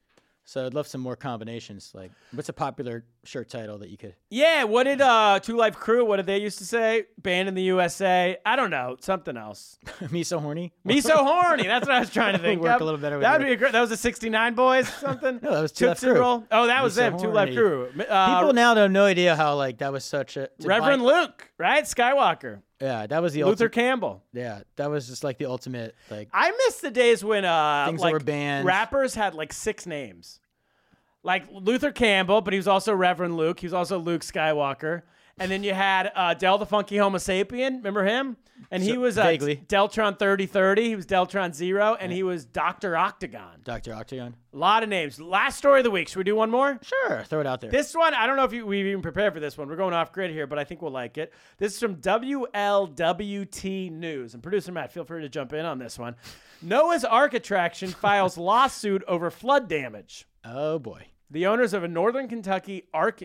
So I'd love some more combinations. Like, what's a popular shirt title that you could?
Yeah, what did uh Two Life Crew, what did they used to say? Band in the USA. I don't know, something else.
Me so horny.
Me so horny. That's what I was trying to think.
Work
of.
a little better with
That would
your-
be a great. That was the 69 Boys or something.
No, that was Two Live
Tootsie
Crew.
Roll. Oh, that
Me
was
so
them, Two Life
horny.
Crew. Uh,
People now have no idea how like that was such a to
Reverend
buy-
Luke, right? Skywalker.
Yeah, that was the
Luther
ultimate.
Campbell.
Yeah, that was just like the ultimate. Like,
I miss the days when uh
Things that
like
were banned.
rappers had like six names. Like Luther Campbell, but he was also Reverend Luke. He was also Luke Skywalker. And then you had uh, Del the Funky Homo Sapien. Remember him? And he
So-
was uh,
vaguely.
Deltron 3030. He was Deltron Zero. And he was Dr. Octagon.
Doctor Octagon.
A lot of names. Last story of the week. Should we do one more?
Sure, throw it out there.
This one, I don't know if you, we've even prepared for this one. We're going off grid here, but I think we'll like it. This is from WLWT News. And producer Matt, feel free to jump in on this one. Noah's Ark attraction files lawsuit over flood damage.
oh boy,
The owners of a Northern Kentucky Ark,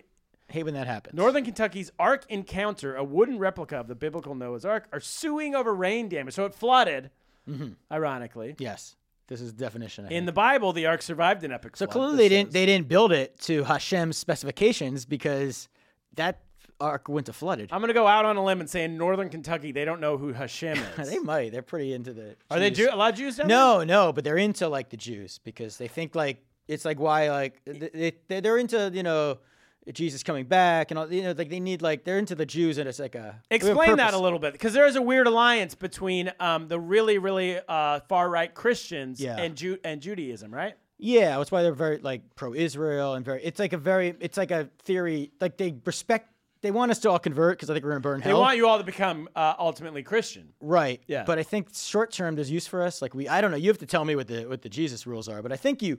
hate when that happens.
Northern Kentucky's Ark Encounter, a wooden replica of the biblical Noah's Ark, are suing over rain damage. So it flooded,
Mm-hmm.
ironically.
Yes, this is the definition. I
In
think.
the Bible, the Ark survived an epic
so
flood.
clearly
This
they didn't
says-
they didn't build it to Hashem's specifications because that ark went to flooded.
I'm going to go out on a limb and say in Northern Kentucky, they don't know who Hashem is.
they might. They're pretty into the.
Are they
Jews.
Jew- a lot of Jews down there?
No, no, but they're into like the Jews because they think like it's like why like they, they they're into you know Jesus coming back and all you know like they need like they're into the Jews and it's like a we have
Explain that
purpose.
a little bit, because there is a weird alliance between um, the really, really uh, far right Christians
Yeah.
and Ju- and Judaism, right?
Yeah, that's why they're very like pro Israel and very. It's like a very. It's like a theory. Like they respect. They want us to all convert because I think we're gonna burn
They
hell.
want you all to become uh, ultimately Christian.
right.
Yeah.
But I think short term there's use for us. Like we. I don't know. You have to tell me what the what the Jesus rules are. But I think you.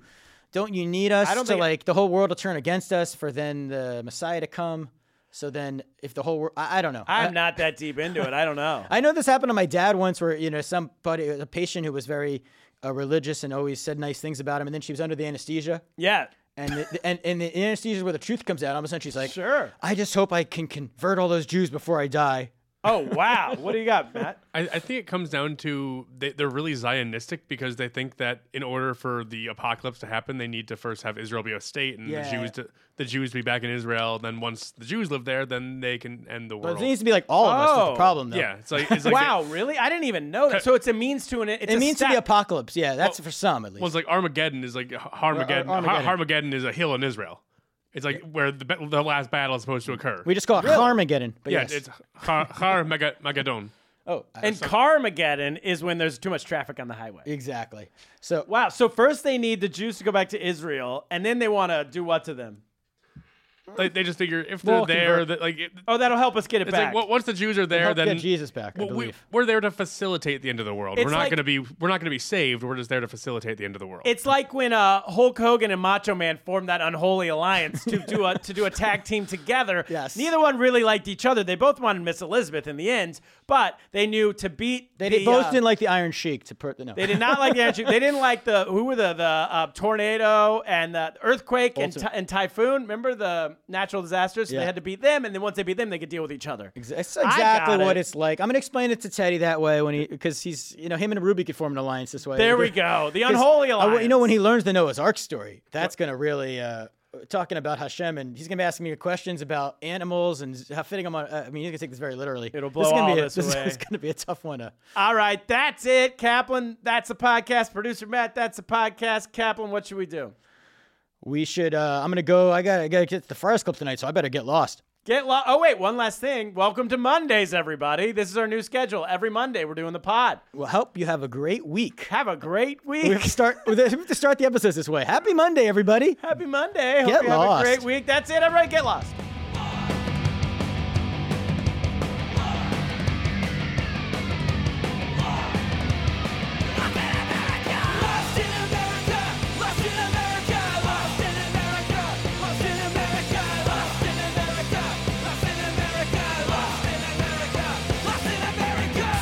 Don't you need us
don't
to
think-
like the whole world to turn against us for then the Messiah to come? So then, if the whole world, I, I don't know.
I'm
I-
not that deep into it. I don't know.
uh, I know this happened to my dad once, where you know somebody, a patient who was very uh, religious and always said nice things about him, and then she was under the anesthesia,
yeah,
and the, and and the anesthesia is where the truth comes out. All of a sudden, she's like,
sure.
I just hope I can convert all those Jews before I die.
Oh wow, what do you got, Matt?
I, I think it comes down to they, they're really Zionistic because they think that in order for the apocalypse to happen, they need to first have Israel be a state and
Yeah.
the Jews to, the Jews be back in Israel. Then once the Jews live there, then they can end the
But
world.
it needs to be like all of us. Is
Oh.
the problem, though.
yeah, it's like, it's like
wow, really? I didn't even know that. So it's a means to an. It's
it
a
means
step.
to the apocalypse. Yeah, that's for some at least.
Well, it's like Armageddon is like Harmageddon.
Ar- Armageddon.
Har- Harmageddon is a hill in Israel. It's like where the, ba- the last battle is supposed to occur.
Mm. we just call it Armageddon. But
yeah,
yes,
it's Har, har Maga- Magaddon.
oh, I-
And Carmageddon is when there's too much traffic on the highway.
exactly. So
Wow. So first they need the Jews to go back to Israel, and then they want to do what to them?
Like they just figure if they're
We'll
there,
convert.
that like it,
Oh, that'll help us get it
it's
back.
like well, once the Jews are there,
helped
then
get Jesus back, I
well, we,
believe.
we're there to facilitate the end of the world.
It's
we're not
like-
gonna be we're not gonna be saved. We're just there to facilitate the end of the world.
It's like when uh, Hulk Hogan and Macho Man formed that unholy alliance to do a to do a tag team together.
Yes.
Neither one really liked each other. They both wanted Miss Elizabeth in the end, but they knew to beat.
They
the,
did, both
uh,
didn't like the Iron Sheik to put. No.
They did not like the energy. They didn't like the who were the the uh, tornado and the earthquake and, ty- and typhoon. Remember the natural disasters? So They
Yeah.
had to beat them, and then once they beat them, they could deal with each other.
That's
I
exactly
got
what
it.
it's like. I'm gonna explain it to Teddy that way when he because he's you know him and Ruby could form an alliance this way.
There
They
we
do-
go. The
'Cause
unholy
I wa-
alliance.
you know when he learns the Noah's Ark story, that's gonna really uh, talking about Hashem and he's gonna be asking me questions about animals and how fitting them on. Uh, I mean he's gonna take this very literally.
It'll
this is
blow
gonna
all
be a,
this
is-
away.
It's gonna be a tough one. To,
All right, that's it, Kaplan. That's the podcast. Producer Matt, that's the podcast. Kaplan, what should we do?
we should. Uh, I'm gonna go. I got. I gotta get to the Friars Club tonight, so I better get lost.
Get lo- Oh wait, one last thing. Welcome to Mondays, everybody. This is our new schedule. Every Monday, we're doing the pod.
Well, hope you have a great week.
Have a great
We have
week.
to start. we have to start the episodes this way. Happy Monday, everybody.
Happy Monday. Hope
Get
you
lost.
have a great week. That's it, everybody. Get lost.
Lost in America, lost in America, lost in America, lost in America, lost in America, lost in America, lost in America, lost in America.